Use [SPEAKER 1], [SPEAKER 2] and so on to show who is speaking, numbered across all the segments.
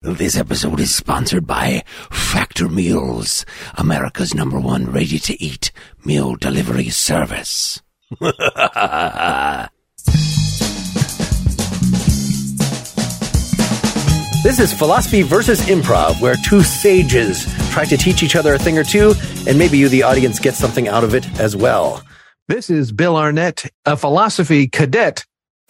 [SPEAKER 1] This episode is sponsored by Factor Meals, America's number one ready to eat meal delivery service.
[SPEAKER 2] This is Philosophy versus Improv, where two sages try to teach each other a thing or two, and maybe you, the audience, get something out of it as well.
[SPEAKER 3] This is Bill Arnett, a philosophy cadet,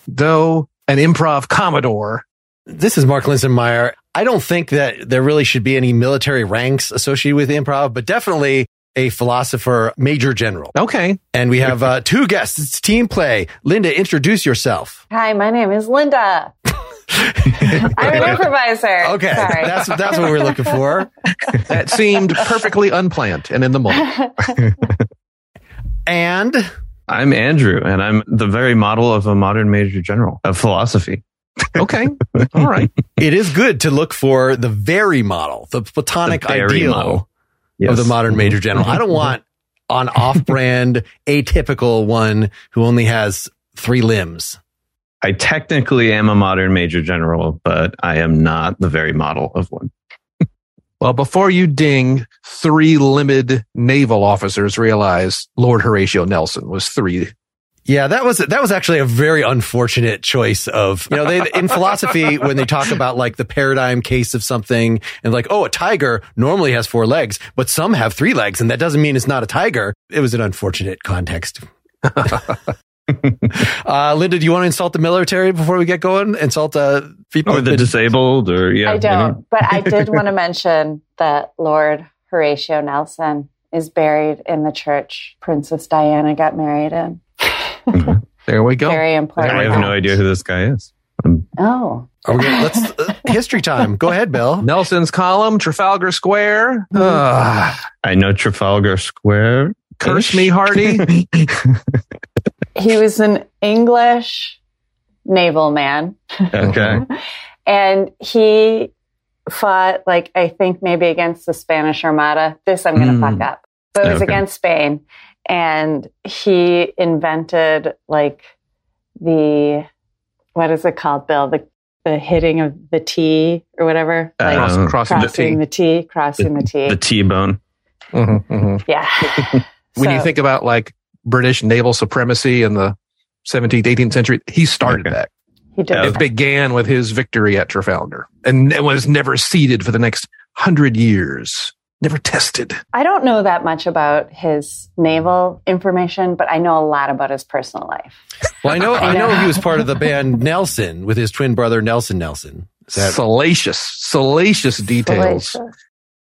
[SPEAKER 3] though an improv commodore.
[SPEAKER 4] This is Mark Linsenmeyer. I don't think that there really should be any military ranks associated with improv, but definitely a philosopher major general.
[SPEAKER 3] Okay.
[SPEAKER 4] And we have uh, two guests. It's team play. Linda, introduce yourself.
[SPEAKER 5] Hi, my name is Linda. I'm an improviser.
[SPEAKER 4] Okay,
[SPEAKER 5] Sorry.
[SPEAKER 4] that's that's what we're looking for.
[SPEAKER 3] That seemed perfectly unplanned and in the moment.
[SPEAKER 4] And
[SPEAKER 6] I'm Andrew, and I'm the very model of a modern major general of philosophy.
[SPEAKER 3] Okay. All right.
[SPEAKER 4] it is good to look for the very model, the platonic
[SPEAKER 6] The very
[SPEAKER 4] ideal
[SPEAKER 6] model.
[SPEAKER 4] of the modern
[SPEAKER 6] Mhm.
[SPEAKER 4] major general. I don't want an off-brand, atypical one who only has three limbs.
[SPEAKER 6] I technically am a modern major general, but I am not the very model of one.
[SPEAKER 3] Well, before you ding, three limited naval officers realized Lord Horatio Nelson was three.
[SPEAKER 4] Yeah, that was that was actually a very unfortunate choice of you know they in philosophy when they talk about like the paradigm case of something and like oh a tiger normally has four legs but some have three legs and that doesn't mean it's not a tiger. It was an unfortunate context. uh, Linda, do you want to insult the military before we get going? Insult uh, people
[SPEAKER 6] Or the disabled, or yeah.
[SPEAKER 5] I
[SPEAKER 6] you
[SPEAKER 5] don't,
[SPEAKER 6] know.
[SPEAKER 5] but I did want to mention that Lord Horatio Nelson is buried in the church Princess Diana got married in.
[SPEAKER 3] There we go.
[SPEAKER 5] Very important.
[SPEAKER 6] Oh. I have no
[SPEAKER 5] fact.
[SPEAKER 6] idea who this guy is.
[SPEAKER 5] Oh,
[SPEAKER 4] Are we gonna- let's uh, history time. Go ahead, Bill.
[SPEAKER 3] Nelson's Column, Trafalgar Square. Ah,
[SPEAKER 6] I know Trafalgar Square.
[SPEAKER 3] curse me, Hardy.
[SPEAKER 5] he was an English naval man,
[SPEAKER 6] Okay.
[SPEAKER 5] and he fought like I think maybe against the Spanish Armada. This I'm going to
[SPEAKER 4] Mm.
[SPEAKER 3] Hmm.
[SPEAKER 5] fuck up, but it was
[SPEAKER 6] Okay.
[SPEAKER 5] against Spain, and he invented like the what is it called, Bill? The the hitting of the T or whatever, like
[SPEAKER 6] Uh,
[SPEAKER 3] Crossing, crossing the
[SPEAKER 5] crossing
[SPEAKER 3] T.
[SPEAKER 5] the T, crossing the T.
[SPEAKER 6] The T bone.
[SPEAKER 3] Mhm, mhm.
[SPEAKER 5] yeah.
[SPEAKER 3] when you
[SPEAKER 5] So-
[SPEAKER 3] think about like British naval supremacy in the 17th, 18th century, he started
[SPEAKER 6] Okay.
[SPEAKER 3] that.
[SPEAKER 5] He did.
[SPEAKER 6] Yeah,
[SPEAKER 5] it.
[SPEAKER 3] It began with his victory at Trafalgar and it was never ceded for the next hundred years, never tested.
[SPEAKER 5] I don't know that much about his naval information, but I know a lot about his personal life.
[SPEAKER 4] Well, I know I know
[SPEAKER 5] Yeah.
[SPEAKER 4] he was part of the band Nelson with his twin brother Nelson Nelson. That-
[SPEAKER 3] salacious, salacious details
[SPEAKER 5] Delicious.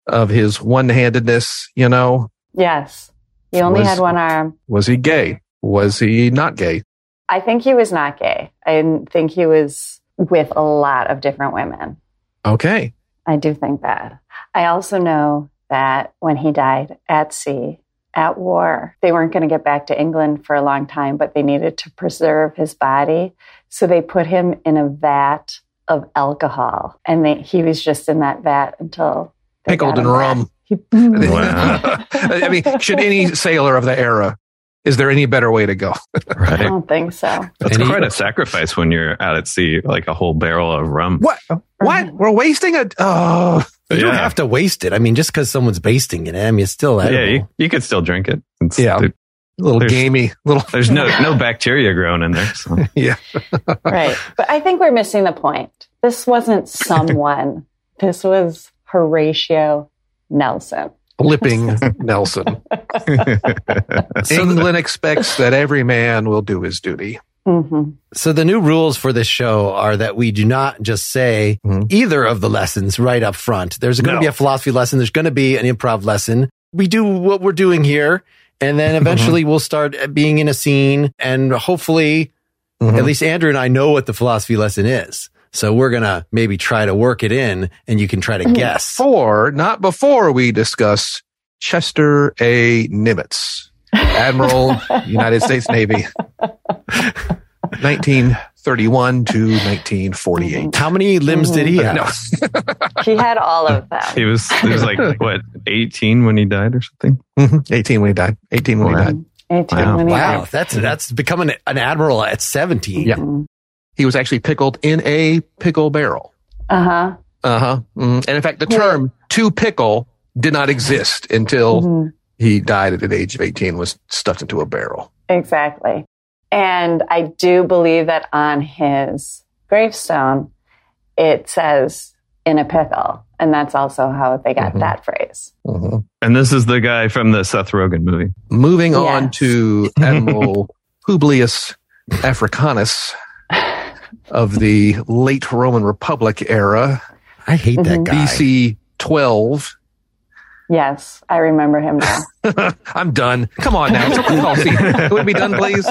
[SPEAKER 3] of his one handedness. You know,
[SPEAKER 5] Yes. He only
[SPEAKER 3] Was-
[SPEAKER 5] had one arm.
[SPEAKER 3] was he gay? Was he not gay?
[SPEAKER 5] I think he was not gay. I didn't think he was with a lot of different women.
[SPEAKER 3] Okay.
[SPEAKER 5] I do think that. I also know that when he died at sea, at war, they weren't going to get back to England for a long time, but they needed to preserve his body. So they put him in a vat of alcohol, and they, he was just in that vat until they
[SPEAKER 3] Pickled
[SPEAKER 5] got him
[SPEAKER 3] in
[SPEAKER 5] back.
[SPEAKER 3] rum.
[SPEAKER 5] He-
[SPEAKER 6] Wow.
[SPEAKER 3] I mean, should any sailor of the era, is there any better way to go?
[SPEAKER 5] I
[SPEAKER 6] Right.
[SPEAKER 5] don't think so.
[SPEAKER 6] That's
[SPEAKER 4] And he-
[SPEAKER 6] quite a sacrifice when you're out at sea, like a whole barrel of rum.
[SPEAKER 3] What? What? We're wasting a. Oh.
[SPEAKER 4] You don't
[SPEAKER 6] Yeah.
[SPEAKER 4] have to waste it. I mean, just because someone's basting it, I mean, it's still edible.
[SPEAKER 6] Yeah, you, you could still drink it. It's-
[SPEAKER 3] Yeah.
[SPEAKER 6] there-
[SPEAKER 3] little
[SPEAKER 6] There's-
[SPEAKER 3] gamey little
[SPEAKER 6] there's no no bacteria growing in there. So.
[SPEAKER 5] right. But I think we're missing the point. This wasn't someone. this was Horatio Nelson.
[SPEAKER 3] flipping Nelson. England expects that every man will do his duty.
[SPEAKER 5] hmm
[SPEAKER 4] So the new rules for this show are that we do not just say
[SPEAKER 3] Mhm.
[SPEAKER 4] either of the lessons right up front. There's going to
[SPEAKER 6] Mm-hmm. No.
[SPEAKER 4] be a philosophy lesson. There's going to be an improv lesson. We do what we're doing here. And then
[SPEAKER 6] Mm-hmm.
[SPEAKER 4] eventually we'll start uh, being in a scene and hopefully
[SPEAKER 6] Mm-hmm.
[SPEAKER 4] at least Andrew and I know what the philosophy lesson is. So we're going to maybe try to work it in and you can try to guess.
[SPEAKER 3] Before, not before we discuss Chester A. Nimitz, Admiral, United States Navy, 1931 to 1948.
[SPEAKER 4] How many limbs did he
[SPEAKER 6] Mm-hmm.
[SPEAKER 4] have?
[SPEAKER 3] No,
[SPEAKER 5] He had all of them.
[SPEAKER 6] He was he was like what 18 when he died or something.
[SPEAKER 3] Mhm. 18 when he died. 18 when he
[SPEAKER 6] Wow.
[SPEAKER 3] died.
[SPEAKER 5] 18
[SPEAKER 6] Wow.
[SPEAKER 5] when he
[SPEAKER 4] Wow,
[SPEAKER 5] died.
[SPEAKER 4] that's that's becoming an admiral at 17.
[SPEAKER 3] Yeah.
[SPEAKER 5] Mhm.
[SPEAKER 3] He was actually pickled in a pickle barrel.
[SPEAKER 5] Uh huh.
[SPEAKER 3] Uh huh. And in fact, the term to pickle did not exist until
[SPEAKER 5] Mhm.
[SPEAKER 3] he died at the age of 18, was stuffed into a barrel.
[SPEAKER 5] Exactly. And I do believe that on his gravestone, it says in a pickle. And that's also how they got
[SPEAKER 3] Mhm.
[SPEAKER 5] that phrase.
[SPEAKER 3] Mhm.
[SPEAKER 6] And this is the guy from the Seth Rogen movie.
[SPEAKER 3] Moving on
[SPEAKER 5] Yes.
[SPEAKER 3] to Admiral Publius Africanus of the late Roman Republic era,
[SPEAKER 4] I hate that
[SPEAKER 3] Mm-hmm.
[SPEAKER 5] Mhm.
[SPEAKER 4] guy.
[SPEAKER 3] BC 12.
[SPEAKER 5] Yes, I remember him now.
[SPEAKER 3] I'm done. Come on now. Someone call C. Can we be done, please?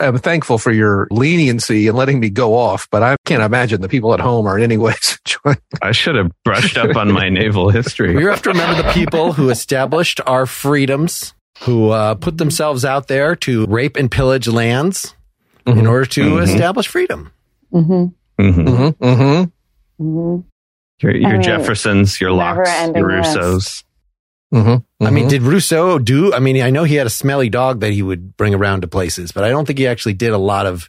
[SPEAKER 3] I'm thankful for your leniency and letting me go off, but I can't imagine the people at home are in any way enjoying.
[SPEAKER 6] I should have brushed up on my naval
[SPEAKER 4] We
[SPEAKER 6] history.
[SPEAKER 4] have to remember the people who established our freedoms, who uh, put themselves out there to rape and pillage lands in
[SPEAKER 3] Mhm.
[SPEAKER 4] order to
[SPEAKER 6] Mhm.
[SPEAKER 4] establish freedom.
[SPEAKER 5] hmm
[SPEAKER 6] Mhm.
[SPEAKER 3] Mm-hmm, mm-hmm,
[SPEAKER 5] hmm
[SPEAKER 6] Your, your
[SPEAKER 5] I mean,
[SPEAKER 6] Jeffersons, your Locks,
[SPEAKER 5] never-ending
[SPEAKER 6] your
[SPEAKER 5] list.
[SPEAKER 6] Russos.
[SPEAKER 3] mm-hmm.
[SPEAKER 4] I mean, did Rousseau do? I mean, I know he had a smelly dog that he would bring around to places, but I don't think he actually did a lot of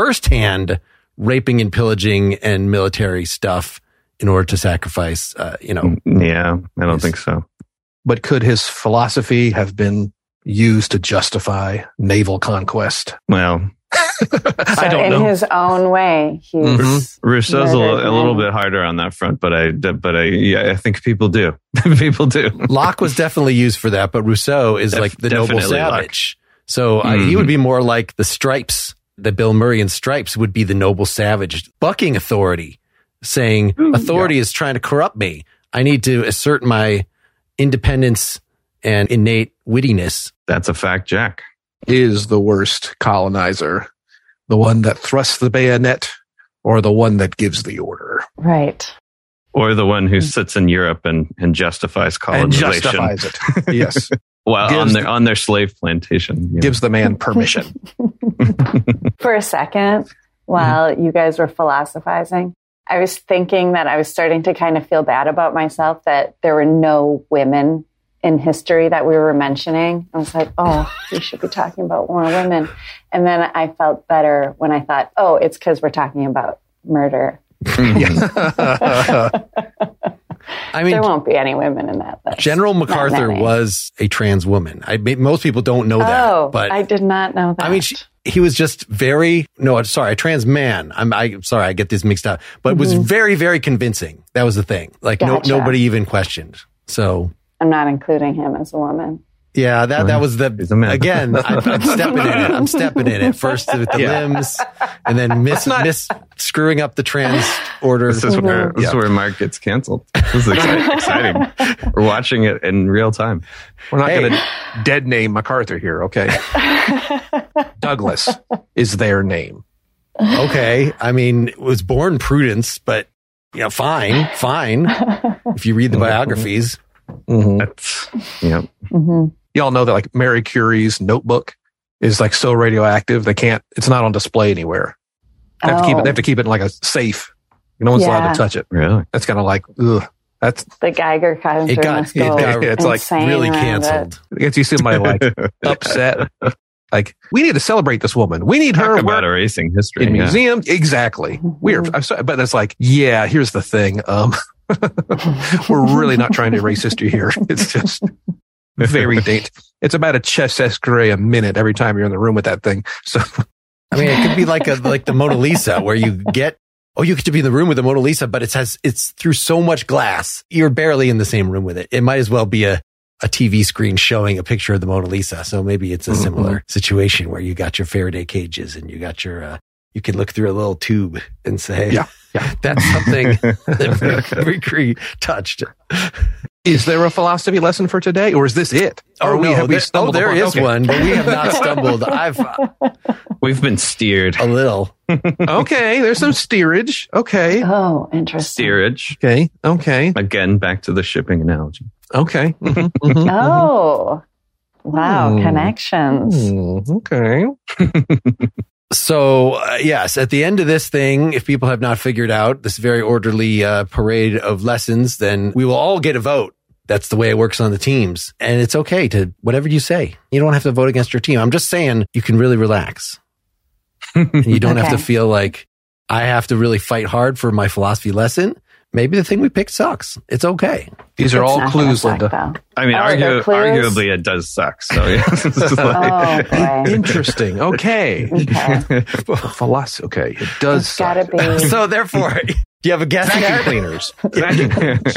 [SPEAKER 4] firsthand raping and pillaging and military stuff in order to sacrifice, uh, you know,
[SPEAKER 6] Yeah, I don't think so.
[SPEAKER 3] but could his philosophy have been used to justify naval conquest?
[SPEAKER 6] Well,
[SPEAKER 5] So
[SPEAKER 3] I don't
[SPEAKER 5] in
[SPEAKER 3] know. Mm-hmm.
[SPEAKER 5] his own way, he's
[SPEAKER 6] Rousseau's
[SPEAKER 5] Murdered
[SPEAKER 6] a, li- a little
[SPEAKER 5] man.
[SPEAKER 6] bit harder on that front, but I, but I, yeah, I think people do. people do.
[SPEAKER 4] Locke was definitely used for that, but Rousseau is
[SPEAKER 6] Def-
[SPEAKER 4] like the noble
[SPEAKER 6] definitely Locke. Hmm.
[SPEAKER 4] savage. So uh, he would be more like the stripes. The Bill Murray and Stripes would be the noble savage, bucking authority, saying
[SPEAKER 5] Hmm.
[SPEAKER 4] authority is trying to corrupt me. I need to assert my independence and innate wittiness.
[SPEAKER 6] That's a fact, Jack.
[SPEAKER 3] Is the worst colonizer the one that thrusts the bayonet or the one that gives the order
[SPEAKER 5] right.
[SPEAKER 6] Or the one who sits in Europe and, and justifies
[SPEAKER 3] and
[SPEAKER 6] colonization
[SPEAKER 3] justifies it? Yes,
[SPEAKER 6] while
[SPEAKER 3] Gives
[SPEAKER 6] on their
[SPEAKER 3] the-
[SPEAKER 6] on their slave plantation. you know.
[SPEAKER 3] gives the man permission.
[SPEAKER 5] For a second,
[SPEAKER 4] Mm-hmm.
[SPEAKER 5] while you guys were philosophizing, I was thinking that I was starting to kind of feel bad about myself that there were no women in history that we were mentioning. I was like, oh, we should be talking about more women. And then I felt better when I thought, oh, it's because we're talking about murder.
[SPEAKER 4] I mean,
[SPEAKER 5] there won't be any women in that list.
[SPEAKER 4] General
[SPEAKER 5] Not
[SPEAKER 4] MacArthur
[SPEAKER 5] many.
[SPEAKER 4] was a trans woman. I mean, most people don't know that,
[SPEAKER 5] oh,
[SPEAKER 4] but
[SPEAKER 5] I did not know that.
[SPEAKER 4] I mean, she, he was just very no. I'm sorry, a trans man. I'm I, am sorry, I get this mixed up, but was very, very convincing. That was the thing. Like
[SPEAKER 5] Gotcha.
[SPEAKER 4] no, nobody even questioned. So
[SPEAKER 5] I'm not including him as a woman.
[SPEAKER 4] yeah, that that was the
[SPEAKER 6] He's a man.
[SPEAKER 4] again. I'm, I'm stepping in it. I'm stepping in it first with the
[SPEAKER 3] Yeah.
[SPEAKER 4] limbs, and then miss miss screwing up the trans order.
[SPEAKER 6] This is where this is
[SPEAKER 4] Yeah.
[SPEAKER 6] where Mark gets canceled. This is exci- exciting. We're watching it in real time.
[SPEAKER 3] We're not
[SPEAKER 4] Hey.
[SPEAKER 3] going to dead name MacArthur here, okay? Douglas is their name.
[SPEAKER 4] okay. I mean, it was born prudence, but you know, fine, fine. If you read the biographies,
[SPEAKER 6] Mm-hmm.
[SPEAKER 3] Mm-hmm.
[SPEAKER 6] That's yeah.
[SPEAKER 5] hmm
[SPEAKER 3] Y'all know that like Mary Curie's notebook is like so radioactive they can't. It's not on display anywhere. They have to
[SPEAKER 5] Oh.
[SPEAKER 3] keep it. They have to keep it in like a safe. No one's allowed
[SPEAKER 5] Yeah.
[SPEAKER 3] to touch it.
[SPEAKER 6] Really?
[SPEAKER 3] That's kind of like ugh. That's
[SPEAKER 5] The Geiger counter
[SPEAKER 4] It got-
[SPEAKER 5] must
[SPEAKER 4] it
[SPEAKER 5] go
[SPEAKER 4] got-
[SPEAKER 3] it's like
[SPEAKER 5] insane
[SPEAKER 4] really
[SPEAKER 5] around it.
[SPEAKER 4] canceled.
[SPEAKER 3] it gets you somebody like upset. Like we need to celebrate this woman. We need her
[SPEAKER 6] Talk
[SPEAKER 3] work
[SPEAKER 6] about erasing history.
[SPEAKER 3] in
[SPEAKER 6] yeah.
[SPEAKER 3] museums. Exactly. Weird. I'm sorry, but it's like yeah. Here's the thing. Um, we're really not trying to erase history here. It's just very dainty. It's about a chess escray a minute every time you're in the room with that thing. So
[SPEAKER 4] I mean, it could be like a like the Mona Lisa, where you get oh, you get to be in the room with the Mona Lisa, but it has it's through so much glass, you're barely in the same room with it. It might as well be a a TV screen showing a picture of the Mona Lisa. So maybe it's a similar
[SPEAKER 3] Mm-hmm.
[SPEAKER 4] situation where you got your Faraday cages and you got your uh, you can look through a little tube and say,
[SPEAKER 3] Yeah. Yeah.
[SPEAKER 4] that's something that Marie Curie touched.
[SPEAKER 3] Is there a philosophy lesson for today, or is this it? Or
[SPEAKER 4] no,
[SPEAKER 3] have we
[SPEAKER 4] there- oh,
[SPEAKER 3] stumbled
[SPEAKER 4] there
[SPEAKER 3] upon-
[SPEAKER 4] is
[SPEAKER 3] okay.
[SPEAKER 4] one, but we have not stumbled. I've uh,
[SPEAKER 6] We've been steered.
[SPEAKER 4] a little.
[SPEAKER 3] okay, there's some steerage. Okay,
[SPEAKER 5] Oh, interesting.
[SPEAKER 6] Steerage.
[SPEAKER 3] okay, okay,
[SPEAKER 6] Again, back to the shipping analogy.
[SPEAKER 3] okay, Mhm, mhm,
[SPEAKER 5] Oh, wow,
[SPEAKER 3] Hmm.
[SPEAKER 5] connections.
[SPEAKER 3] mhm. okay.
[SPEAKER 4] So, uh, yes, at the end of this thing, if people have not figured out this very orderly uh, parade of lessons, then we will all get a vote. That's the way it works on the teams. And it's okay to whatever you say. You don't have to vote against your team. I'm just saying you can really relax. and you don't have to
[SPEAKER 5] Okay.
[SPEAKER 4] feel like I have to really fight hard for my philosophy lesson. Maybe the thing we picked sucks. It's okay.
[SPEAKER 3] These are
[SPEAKER 5] It's
[SPEAKER 3] all
[SPEAKER 5] not
[SPEAKER 3] clues,
[SPEAKER 5] gonna suck,
[SPEAKER 3] Linda.
[SPEAKER 6] I mean,
[SPEAKER 5] Oh,
[SPEAKER 6] argu-
[SPEAKER 5] they're clues?
[SPEAKER 6] arguably it does suck. So yeah, It's just
[SPEAKER 5] though.
[SPEAKER 6] like-
[SPEAKER 5] Oh boy.
[SPEAKER 3] Interesting. Okay.
[SPEAKER 5] Okay.
[SPEAKER 3] Philosophy. Okay. It does.
[SPEAKER 5] It's gotta
[SPEAKER 3] suck.
[SPEAKER 5] be.
[SPEAKER 4] So therefore, do you have a guess?
[SPEAKER 3] Vacuum
[SPEAKER 4] Jared?
[SPEAKER 3] cleaners. Vacuum cleaners.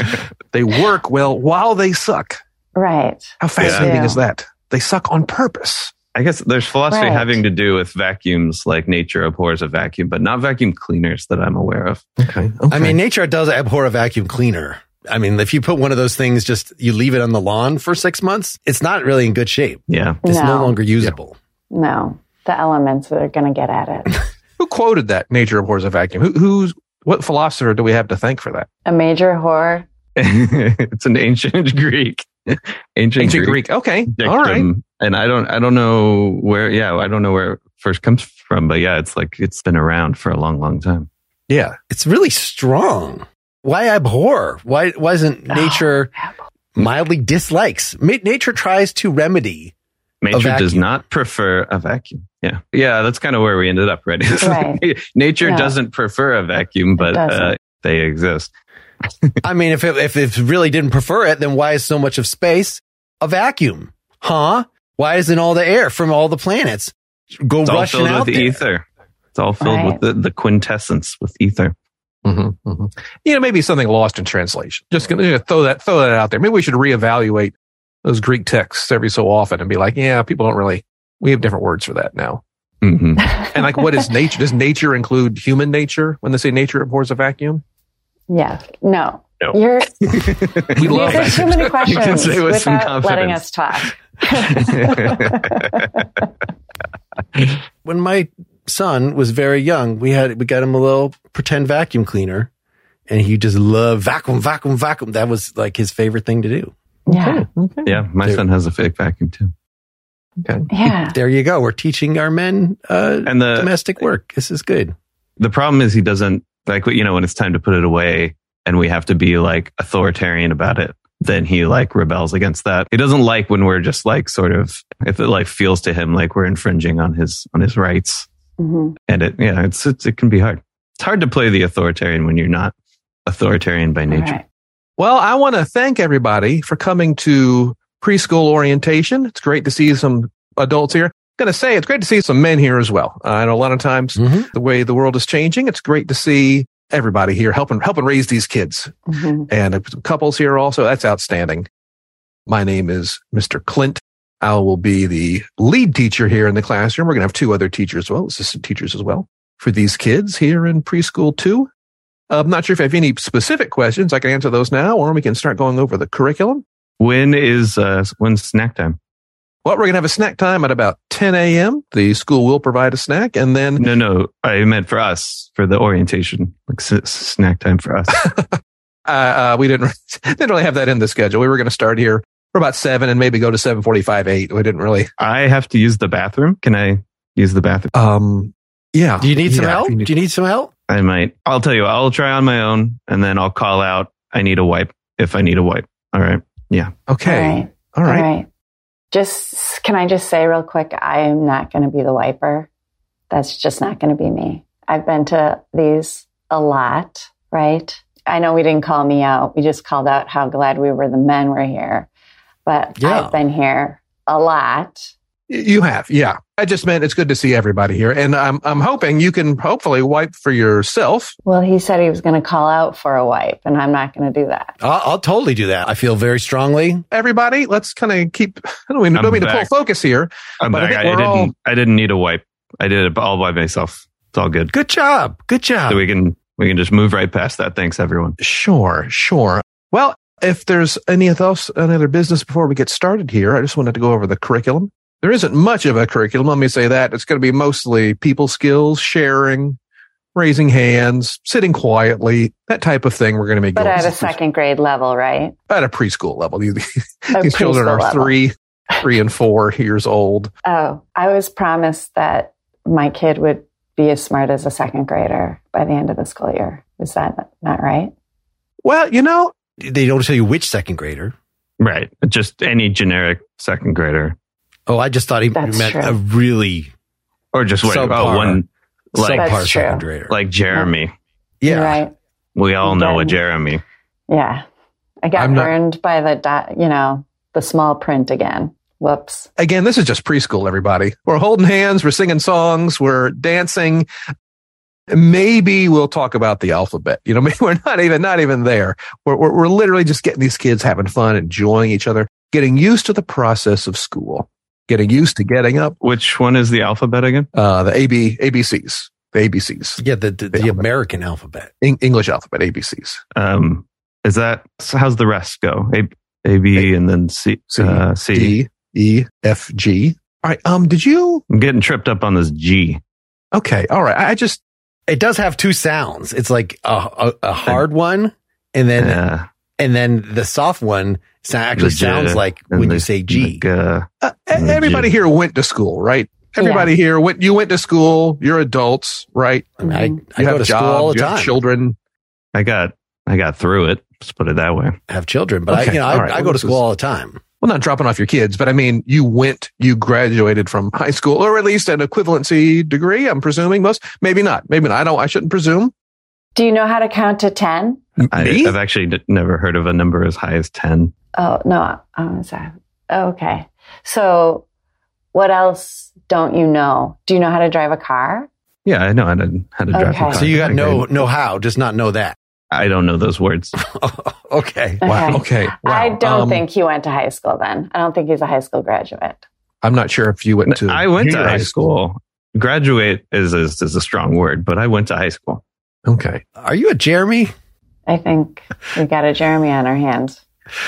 [SPEAKER 3] They work well while they suck.
[SPEAKER 5] Right.
[SPEAKER 3] How fascinating
[SPEAKER 5] Yeah.
[SPEAKER 3] is that? They suck on purpose.
[SPEAKER 6] I guess there's philosophy
[SPEAKER 5] Right.
[SPEAKER 6] having to do with vacuums, like nature abhors a vacuum, but not vacuum cleaners that I'm aware of.
[SPEAKER 3] Okay.
[SPEAKER 4] I mean, nature does abhor a vacuum cleaner. I mean, if you put one of those things, just you leave it on the lawn for six months, it's not really in good shape.
[SPEAKER 6] Yeah.
[SPEAKER 4] It's no,
[SPEAKER 5] No.
[SPEAKER 4] longer usable.
[SPEAKER 5] No. The elements that are going to get at it.
[SPEAKER 3] who quoted that? Nature abhors a vacuum. Who, who's what philosopher do we have to thank for that?
[SPEAKER 5] A major horror.
[SPEAKER 6] it's an ancient Greek. Ancient,
[SPEAKER 3] Ancient Greek. Okay. All right.
[SPEAKER 6] dictum. And I don't I don't know where yeah, I don't know where it first comes from, but yeah, it's like it's been around for a long, long time.
[SPEAKER 3] Yeah.
[SPEAKER 4] It's really strong. Why abhor? Why wasn't nature mildly dislikes? Ma- nature tries to remedy.
[SPEAKER 6] Nature does
[SPEAKER 4] vacuum.
[SPEAKER 6] not prefer a vacuum. Yeah. Yeah, that's kind of where we ended up, right? It's like, Nature
[SPEAKER 5] Yeah.
[SPEAKER 6] doesn't prefer a vacuum, but uh,
[SPEAKER 5] doesn't.
[SPEAKER 6] they exist.
[SPEAKER 4] I mean, if it, if it really didn't prefer it, then why is so much of space a vacuum? Huh? Why isn't all the air from all the planets go
[SPEAKER 6] It's all
[SPEAKER 4] rushing
[SPEAKER 6] filled
[SPEAKER 4] out
[SPEAKER 6] with
[SPEAKER 4] there?
[SPEAKER 6] ether. It's all filled
[SPEAKER 5] Right.
[SPEAKER 6] with the, the quintessence with ether.
[SPEAKER 3] Mm-hmm, You know, maybe something lost in translation. Just gonna you know, throw that throw that out there. Maybe we should reevaluate those Greek texts every so often and be like, yeah, people don't really. We have different words for that now.
[SPEAKER 6] hmm
[SPEAKER 3] And like, what is nature? Does nature include human nature when they say nature abhors a vacuum?
[SPEAKER 5] Yeah. No.
[SPEAKER 6] No.
[SPEAKER 5] You're,
[SPEAKER 3] We love
[SPEAKER 5] these are too
[SPEAKER 3] vacuums.
[SPEAKER 5] many
[SPEAKER 6] You can
[SPEAKER 5] questions
[SPEAKER 6] say with some
[SPEAKER 5] without letting
[SPEAKER 6] confidence.
[SPEAKER 5] us talk.
[SPEAKER 4] when my son was very young, we had we got him a little pretend vacuum cleaner, and he just loved vacuum, vacuum, vacuum. That was like his favorite thing to do.
[SPEAKER 5] Yeah.
[SPEAKER 3] Hmm,
[SPEAKER 6] yeah, my son has a fake vacuum too.
[SPEAKER 5] Yeah.
[SPEAKER 4] There you go. We're teaching our men uh,
[SPEAKER 6] And the
[SPEAKER 4] domestic work. This is good.
[SPEAKER 6] the problem is he doesn't like you know when it's time to put it away and we have to be like authoritarian about it then he like rebels against that he doesn't like when we're just like sort of if it like feels to him like we're infringing on his on his rights
[SPEAKER 5] hmm
[SPEAKER 6] and it yeah it's, it's it can be hard it's hard to play the authoritarian when you're not authoritarian by nature
[SPEAKER 5] Right.
[SPEAKER 3] Well, I want to thank everybody for coming to preschool orientation. It's great to see some adults here. I'm going to say it's great to see some men here as well. Uh, I know a lot of times
[SPEAKER 4] Mhm.
[SPEAKER 3] the way the world is changing, it's great to see everybody here helping helping raise these kids
[SPEAKER 5] Mhm.
[SPEAKER 3] and uh, some couples here also. That's outstanding. My name is Mr. Clint. I will be the lead teacher here in the classroom. We're going to have two other teachers as well, assistant teachers as well, for these kids here in preschool two. Uh, I'm not sure if you have any specific questions. I can answer those now, or we can start going over the curriculum.
[SPEAKER 6] when is uh when's snack time
[SPEAKER 3] Well, we're going to have a snack time at about 10 a.m. The school will provide a snack, and then
[SPEAKER 6] no no i meant for us for the orientation like s- s- snack time for us
[SPEAKER 3] uh, uh, we didn't didn't really have that in the schedule. We were going to start here for about seven and maybe go to seven forty five eight. We didn't really.
[SPEAKER 6] i have to use the bathroom can i use the bathroom
[SPEAKER 3] Um, yeah.
[SPEAKER 4] Do you need some
[SPEAKER 3] Yeah,
[SPEAKER 4] help?
[SPEAKER 3] you need-
[SPEAKER 4] do you need some help?
[SPEAKER 6] I might. I'll tell you. what, I'll try on my own, and then I'll call out. I need a wipe if I need a wipe. All right.
[SPEAKER 3] Okay.
[SPEAKER 5] All right.
[SPEAKER 3] All
[SPEAKER 5] All
[SPEAKER 3] right.
[SPEAKER 5] right. Just can I just say real quick, I am not going to be the wiper. That's just not going to be me. I've been to these a lot, right? I know we didn't call me out. We just called out how glad we were the men were here. But
[SPEAKER 4] Yeah.
[SPEAKER 5] I've been here a lot.
[SPEAKER 3] You have, yeah. I just meant it's good to see everybody here, and I'm I'm hoping you can hopefully wipe for yourself.
[SPEAKER 5] Well, he said he was going to call out for a wipe, and I'm not going to do that.
[SPEAKER 4] I'll, I'll totally do that. I feel very strongly.
[SPEAKER 3] Everybody, let's kind of keep. I don't mean, don't
[SPEAKER 6] I'm
[SPEAKER 3] mean to pull
[SPEAKER 6] back.
[SPEAKER 3] focus here.
[SPEAKER 6] I'm
[SPEAKER 3] Uh, But I
[SPEAKER 6] back.
[SPEAKER 3] think
[SPEAKER 6] I,
[SPEAKER 3] we're
[SPEAKER 6] didn't.
[SPEAKER 3] all-
[SPEAKER 6] I didn't need a wipe. I did it all by myself. It's all good.
[SPEAKER 4] Good job. Good
[SPEAKER 3] Ah.
[SPEAKER 4] job.
[SPEAKER 6] So we can we can just move right past that. Thanks, everyone.
[SPEAKER 3] Sure, sure. Well, if there's any of those any other business before we get started here, I just wanted to go over the curriculum. There isn't much of a curriculum. Let me say that it's going to be mostly people skills, sharing, raising hands, sitting quietly, that type of thing. We're going to be
[SPEAKER 5] But
[SPEAKER 3] going
[SPEAKER 5] at a
[SPEAKER 3] through
[SPEAKER 5] second grade level, right?
[SPEAKER 3] at a preschool level. These
[SPEAKER 5] A
[SPEAKER 3] these children
[SPEAKER 5] preschool
[SPEAKER 3] are
[SPEAKER 5] level.
[SPEAKER 3] three, three and four years old.
[SPEAKER 5] Oh, I was promised that my kid would be as smart as a second grader by the end of the school year. Is that not right?
[SPEAKER 3] Well, you know,
[SPEAKER 4] they don't tell you which second grader.
[SPEAKER 6] Right. Just any generic second grader,
[SPEAKER 4] Oh, I just thought he
[SPEAKER 5] That's
[SPEAKER 4] meant
[SPEAKER 5] true.
[SPEAKER 4] a really
[SPEAKER 6] or just wait.
[SPEAKER 4] Subpar.
[SPEAKER 6] Oh, one Like-
[SPEAKER 5] That's
[SPEAKER 4] subpar
[SPEAKER 5] true.
[SPEAKER 4] second grader.
[SPEAKER 6] like Jeremy.
[SPEAKER 5] You're
[SPEAKER 4] yeah.
[SPEAKER 5] Right.
[SPEAKER 6] We all know a Jeremy.
[SPEAKER 5] Yeah. I got
[SPEAKER 3] I'm not-
[SPEAKER 5] burned by the dot, you know, the small print again. Whoops.
[SPEAKER 3] Again, this is just preschool, everybody. We're holding hands, we're singing songs, we're dancing. Maybe we'll talk about the alphabet. You know, maybe we're not even not even there. We're, we're we're literally just getting these kids having fun, enjoying each other, getting used to the process of school, getting used to getting up
[SPEAKER 6] Which one is the alphabet again?
[SPEAKER 3] uh, the AB ABCs, the ABCs,
[SPEAKER 4] Yeah, the, the, the
[SPEAKER 3] Yeah.
[SPEAKER 4] American alphabet.
[SPEAKER 3] Eng- English alphabet ABCs.
[SPEAKER 6] Um, is that so how's the rest go? A A B and then C
[SPEAKER 3] C,
[SPEAKER 6] uh, C.
[SPEAKER 3] D E F G. All right. Um, did you?
[SPEAKER 6] I'm getting tripped up on this G.
[SPEAKER 3] Okay. All right. I, I just
[SPEAKER 4] It does have two sounds. It's like a, a, a hard one, and then
[SPEAKER 6] Yeah.
[SPEAKER 4] and then the soft one so- actually
[SPEAKER 6] The J
[SPEAKER 4] sounds like
[SPEAKER 6] and
[SPEAKER 4] when
[SPEAKER 6] the-
[SPEAKER 4] you say G.
[SPEAKER 6] Like, uh,
[SPEAKER 3] uh, e-
[SPEAKER 6] Mm,
[SPEAKER 3] everybody
[SPEAKER 6] yeah.
[SPEAKER 3] here went to school, right? Everybody here went. You went to school. You're adults, right?
[SPEAKER 4] I, mean, I,
[SPEAKER 5] Mhm.
[SPEAKER 4] I
[SPEAKER 3] You
[SPEAKER 4] go to school all the
[SPEAKER 3] you have
[SPEAKER 4] time.
[SPEAKER 3] children.
[SPEAKER 6] I got I got through it. Let's put it that way.
[SPEAKER 4] I have children, but I
[SPEAKER 3] Okay,
[SPEAKER 4] you know I,
[SPEAKER 3] all right.
[SPEAKER 4] I go
[SPEAKER 3] Well,
[SPEAKER 4] to
[SPEAKER 3] this
[SPEAKER 4] school
[SPEAKER 3] is-
[SPEAKER 4] all the time.
[SPEAKER 3] Well, not dropping off your kids, but I mean, you went, you graduated from high school, or at least an equivalency degree. I'm presuming most, maybe not, maybe not. I don't. I shouldn't presume.
[SPEAKER 5] Do you know how to count to 10?
[SPEAKER 4] Mm,
[SPEAKER 6] I,
[SPEAKER 3] Me?
[SPEAKER 6] I've actually d- never heard of a number as high as ten.
[SPEAKER 5] Oh, no. Oh, is that- oh, okay. So, what else don't you know? Do you know how to drive a car?
[SPEAKER 6] Yeah, I know how to how to drive. a
[SPEAKER 5] Okay.
[SPEAKER 6] car.
[SPEAKER 4] So you got
[SPEAKER 6] I
[SPEAKER 4] no
[SPEAKER 6] agree.
[SPEAKER 4] no how, just not know that.
[SPEAKER 6] I don't know those words.
[SPEAKER 4] okay.
[SPEAKER 5] Okay.
[SPEAKER 3] Okay.
[SPEAKER 5] I
[SPEAKER 3] Wow.
[SPEAKER 5] don't
[SPEAKER 3] Um,
[SPEAKER 5] think he went to high school then. I don't think he's a high school graduate.
[SPEAKER 3] I'm not sure if you went to.
[SPEAKER 6] I went to
[SPEAKER 3] junior
[SPEAKER 6] high school. Graduate is, is is a strong word, but I went to high school.
[SPEAKER 3] Okay.
[SPEAKER 4] Are you a Jeremy?
[SPEAKER 5] I think we got a Jeremy on our hands.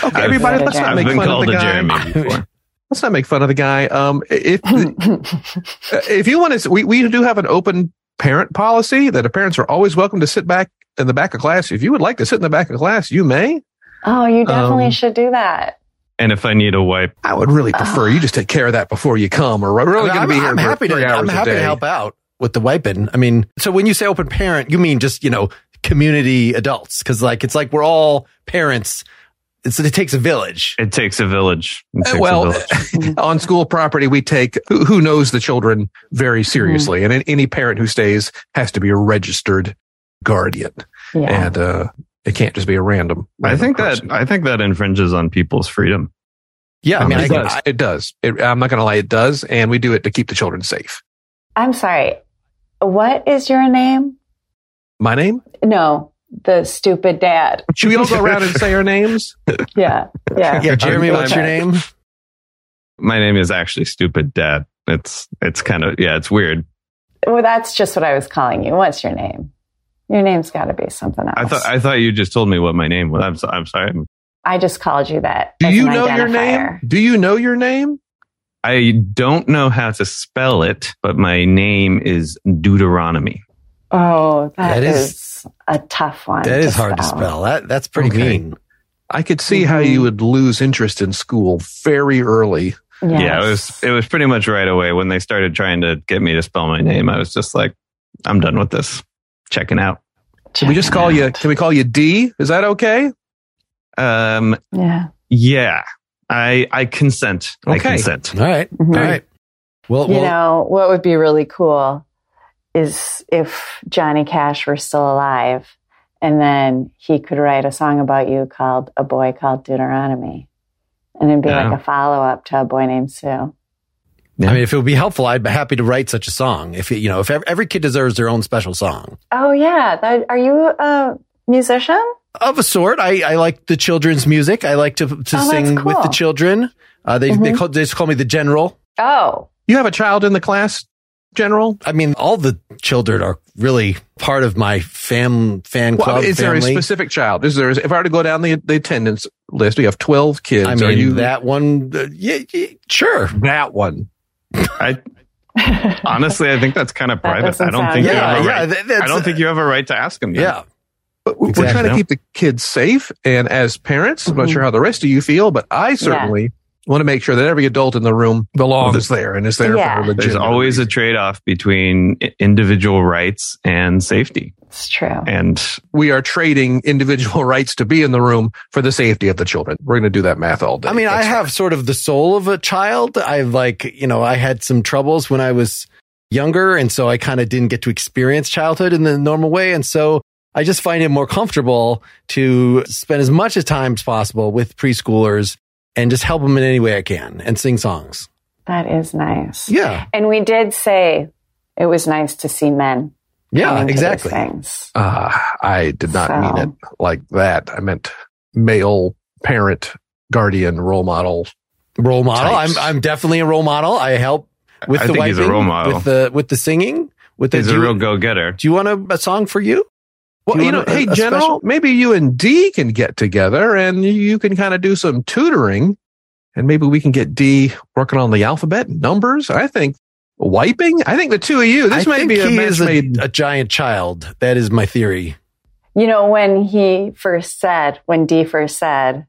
[SPEAKER 3] Okay,
[SPEAKER 6] I've-
[SPEAKER 3] everybody, let's
[SPEAKER 5] I
[SPEAKER 3] not
[SPEAKER 6] I've
[SPEAKER 3] make
[SPEAKER 6] been
[SPEAKER 3] fun of
[SPEAKER 6] called
[SPEAKER 3] the
[SPEAKER 6] a
[SPEAKER 3] guy.
[SPEAKER 6] Jeremy before.
[SPEAKER 3] Let's not make fun of the guy. Um, if
[SPEAKER 5] Oh,
[SPEAKER 3] Uh, if you want to, we we do have an open parent policy that the parents are always welcome to sit back in the back of class. If you would like to sit in the back of class, you may.
[SPEAKER 5] oh, you definitely
[SPEAKER 3] Um,
[SPEAKER 5] should do that.
[SPEAKER 6] And if I need a wipe,
[SPEAKER 3] I would really prefer you just take care of that before you come, or we're
[SPEAKER 4] I
[SPEAKER 3] really
[SPEAKER 4] mean,
[SPEAKER 3] going to
[SPEAKER 4] I'm,
[SPEAKER 3] be here
[SPEAKER 4] I'm
[SPEAKER 3] for
[SPEAKER 4] happy to
[SPEAKER 3] three hours
[SPEAKER 4] I'm
[SPEAKER 3] a
[SPEAKER 4] happy to
[SPEAKER 3] day.
[SPEAKER 4] help out with the wiping. I mean, so when you say open parent, you mean just you know community adults because like it's like we're all parents. It's, it takes a village.
[SPEAKER 6] it takes a village. It takes
[SPEAKER 3] Uh,
[SPEAKER 6] a
[SPEAKER 3] Well,
[SPEAKER 6] village.
[SPEAKER 3] on school property, we take who, who knows the children very seriously, and any parent who stays has to be a registered guardian,
[SPEAKER 5] Yeah.
[SPEAKER 3] and uh, it can't just be a random.
[SPEAKER 6] I
[SPEAKER 3] random
[SPEAKER 6] think
[SPEAKER 3] person.
[SPEAKER 6] that I think that infringes on people's freedom.
[SPEAKER 4] Yeah, I
[SPEAKER 6] Um,
[SPEAKER 4] mean, I,
[SPEAKER 3] it,
[SPEAKER 6] it's
[SPEAKER 4] can-
[SPEAKER 3] does. it does. It- I'm not going to lie. It does. And we do it to keep the children safe.
[SPEAKER 5] I'm sorry. What is your name?
[SPEAKER 3] My name?
[SPEAKER 5] No, the stupid dad.
[SPEAKER 3] Should we all go around and say our names?
[SPEAKER 5] Yeah. Yeah.
[SPEAKER 4] yeah, Jeremy,
[SPEAKER 6] I'm-
[SPEAKER 4] what's your name?
[SPEAKER 6] My name is actually stupid dad. It's it's kind of yeah, it's weird.
[SPEAKER 5] Well, that's just what I was calling you. What's your name? Your name's got to be something else.
[SPEAKER 6] I thought I thought you just told me what my name was. I'm so, I'm sorry.
[SPEAKER 5] I just called you that.
[SPEAKER 3] Do
[SPEAKER 5] as
[SPEAKER 3] you
[SPEAKER 5] an
[SPEAKER 3] know your name?
[SPEAKER 5] identifier.
[SPEAKER 3] Do you know your name?
[SPEAKER 6] I don't know how to spell it, but my name is Deuteronomy.
[SPEAKER 5] Oh,
[SPEAKER 4] That
[SPEAKER 5] that is,
[SPEAKER 4] is-
[SPEAKER 5] a tough one.
[SPEAKER 4] That is hard to spell. That that's pretty
[SPEAKER 3] Okay.
[SPEAKER 4] mean.
[SPEAKER 3] I could see how you would lose interest in school very early.
[SPEAKER 5] Yes.
[SPEAKER 6] Yeah, it was it was pretty much right away when they started trying to get me to spell my name. I was just like, I'm done with this. Checking out.
[SPEAKER 3] Can we just call you? Can we call you D? Is that okay?
[SPEAKER 6] Um,
[SPEAKER 5] Yeah.
[SPEAKER 6] yeah, I I consent. I
[SPEAKER 3] Okay.
[SPEAKER 6] consent.
[SPEAKER 4] All right.
[SPEAKER 5] Mhm.
[SPEAKER 4] All right. Well,
[SPEAKER 5] You
[SPEAKER 4] well
[SPEAKER 5] know, what would be really cool is if Johnny Cash were still alive and then he could write a song about you called A Boy Called Deuteronomy. And it'd be
[SPEAKER 6] Yeah.
[SPEAKER 5] like a follow up to A Boy Named Sue.
[SPEAKER 6] Yeah.
[SPEAKER 4] I mean, if it would be helpful, I'd be happy to write such a song. If it, you know, if ev- every kid deserves their own special song
[SPEAKER 5] Oh, yeah. That, are you a musician?
[SPEAKER 4] of a sort. I, I like the children's music. I like to to
[SPEAKER 5] Oh, that's
[SPEAKER 4] sing with the
[SPEAKER 5] cool.
[SPEAKER 4] children. Uh, they they,
[SPEAKER 5] Mhm.
[SPEAKER 4] call, they just call me the general.
[SPEAKER 5] Oh,
[SPEAKER 3] You have a child in the class, General?
[SPEAKER 4] I mean, all the children are really part of my fam fan
[SPEAKER 3] Well, I
[SPEAKER 4] club
[SPEAKER 3] mean, is there a
[SPEAKER 4] family.
[SPEAKER 3] specific child? Is there? If I were to go down the, the attendance list, we have twelve kids.
[SPEAKER 4] I
[SPEAKER 3] Are
[SPEAKER 4] mean,
[SPEAKER 3] you
[SPEAKER 4] that one. uh, yeah, yeah, sure.
[SPEAKER 3] that one?
[SPEAKER 6] I honestly, I think that's kind of private.
[SPEAKER 5] doesn't
[SPEAKER 6] I don't
[SPEAKER 5] sound
[SPEAKER 6] think
[SPEAKER 5] good.
[SPEAKER 6] you
[SPEAKER 4] Yeah,
[SPEAKER 6] have a
[SPEAKER 4] yeah.
[SPEAKER 6] right.
[SPEAKER 4] that- that's,
[SPEAKER 6] I don't think you have a right to ask him. That.
[SPEAKER 4] Yeah.
[SPEAKER 3] But we-
[SPEAKER 4] Exactly.
[SPEAKER 3] We're trying to keep the kids safe. And as parents, I'm not
[SPEAKER 5] Mhm.
[SPEAKER 3] sure how the rest of you feel, but I certainly want to make sure that every adult in the room belongs there and is there
[SPEAKER 5] Yeah.
[SPEAKER 3] for a
[SPEAKER 6] There's
[SPEAKER 3] legitimate
[SPEAKER 6] always a
[SPEAKER 3] reason.
[SPEAKER 6] trade off between i- individual rights and safety.
[SPEAKER 5] it's true.
[SPEAKER 6] And
[SPEAKER 3] we are trading individual rights to be in the room for the safety of the children. We're going to do that math all day.
[SPEAKER 4] I mean, I
[SPEAKER 3] That's-
[SPEAKER 4] have sort of the soul of a child. I've like, you know, I had some troubles when I was younger. And so I kind of didn't get to experience childhood in the normal way. And so I just find it more comfortable to spend as much time as possible with preschoolers and just help them in any way I can and sing songs.
[SPEAKER 5] That is nice.
[SPEAKER 4] Yeah.
[SPEAKER 5] And we did say it was nice to see men. come
[SPEAKER 4] Yeah,
[SPEAKER 5] into these
[SPEAKER 4] exactly.
[SPEAKER 5] Things.
[SPEAKER 3] Uh, I did not
[SPEAKER 5] So-
[SPEAKER 3] mean it like that. I meant male parent, guardian, role model.
[SPEAKER 4] Role model.
[SPEAKER 3] Types.
[SPEAKER 4] I'm I'm definitely a role model. I help with
[SPEAKER 6] I
[SPEAKER 4] the
[SPEAKER 6] think
[SPEAKER 4] wiping,
[SPEAKER 6] he's a role model.
[SPEAKER 4] with the with the singing, with the
[SPEAKER 6] He's
[SPEAKER 4] do,
[SPEAKER 6] a
[SPEAKER 4] you-
[SPEAKER 6] real go getter.
[SPEAKER 4] do you want a, a song for you?
[SPEAKER 3] Well,
[SPEAKER 4] Do
[SPEAKER 3] you,
[SPEAKER 4] you
[SPEAKER 3] know,
[SPEAKER 4] want a-
[SPEAKER 3] hey,
[SPEAKER 4] a
[SPEAKER 3] General,
[SPEAKER 4] special-
[SPEAKER 3] maybe you and D can get together and you can kind of do some tutoring and maybe we can get D working on the alphabet, numbers. I think wiping. I think the two of you, this
[SPEAKER 4] I
[SPEAKER 3] might
[SPEAKER 4] think
[SPEAKER 3] be a
[SPEAKER 4] he
[SPEAKER 3] match
[SPEAKER 4] is
[SPEAKER 3] made.
[SPEAKER 4] a giant child. That is my theory.
[SPEAKER 5] You know, when he first said, when Dee first said,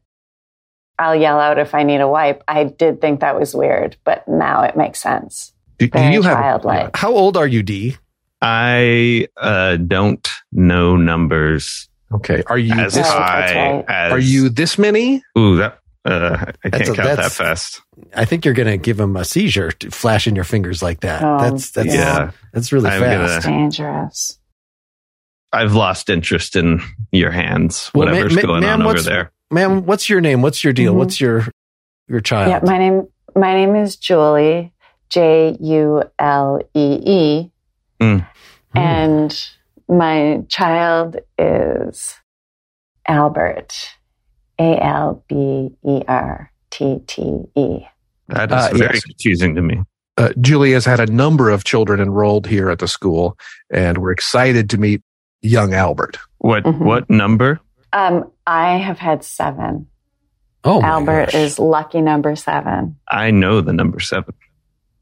[SPEAKER 5] I'll yell out if I need a wipe, I did think that was weird, but now it makes sense.
[SPEAKER 3] do, do
[SPEAKER 5] Very
[SPEAKER 3] you have
[SPEAKER 5] childlike.
[SPEAKER 4] How old are you, D?
[SPEAKER 6] I uh, don't know numbers
[SPEAKER 3] Okay. Are you,
[SPEAKER 6] as
[SPEAKER 5] No,
[SPEAKER 3] this,
[SPEAKER 5] that's
[SPEAKER 6] high
[SPEAKER 5] right.
[SPEAKER 6] as
[SPEAKER 3] are you this many?
[SPEAKER 6] Ooh, that uh, I
[SPEAKER 4] That's
[SPEAKER 6] can't
[SPEAKER 4] a-
[SPEAKER 6] count that
[SPEAKER 4] that's-
[SPEAKER 6] fast.
[SPEAKER 4] I think you're going to give him a seizure to flash in your fingers like that.
[SPEAKER 5] Oh,
[SPEAKER 4] that's that's
[SPEAKER 6] yeah.
[SPEAKER 4] that's really
[SPEAKER 6] I'm gonna-
[SPEAKER 4] fast.
[SPEAKER 5] Dangerous.
[SPEAKER 6] I've lost interest in your hands.
[SPEAKER 4] Well, ma-
[SPEAKER 6] Whatever's
[SPEAKER 4] ma-
[SPEAKER 6] going
[SPEAKER 4] ma'am,
[SPEAKER 6] on over
[SPEAKER 4] what's-
[SPEAKER 6] there.
[SPEAKER 4] Ma'am, what's your name? What's your deal?
[SPEAKER 5] Mhm.
[SPEAKER 4] What's your your child?
[SPEAKER 5] Yeah, my name my name is Julie, J U L E E,
[SPEAKER 4] Hmm.
[SPEAKER 5] and my child is Albert, A L B E R T T E.
[SPEAKER 6] That is
[SPEAKER 3] Uh,
[SPEAKER 6] very
[SPEAKER 3] yes.
[SPEAKER 6] confusing to me.
[SPEAKER 3] Uh, Julie has had a number of children enrolled here at the school, and we're excited to meet young Albert.
[SPEAKER 6] What
[SPEAKER 5] Mhm.
[SPEAKER 6] what number?
[SPEAKER 5] Um, I have had seven.
[SPEAKER 4] oh, my
[SPEAKER 5] Albert
[SPEAKER 4] gosh.
[SPEAKER 5] is lucky number seven.
[SPEAKER 6] I know the number seven.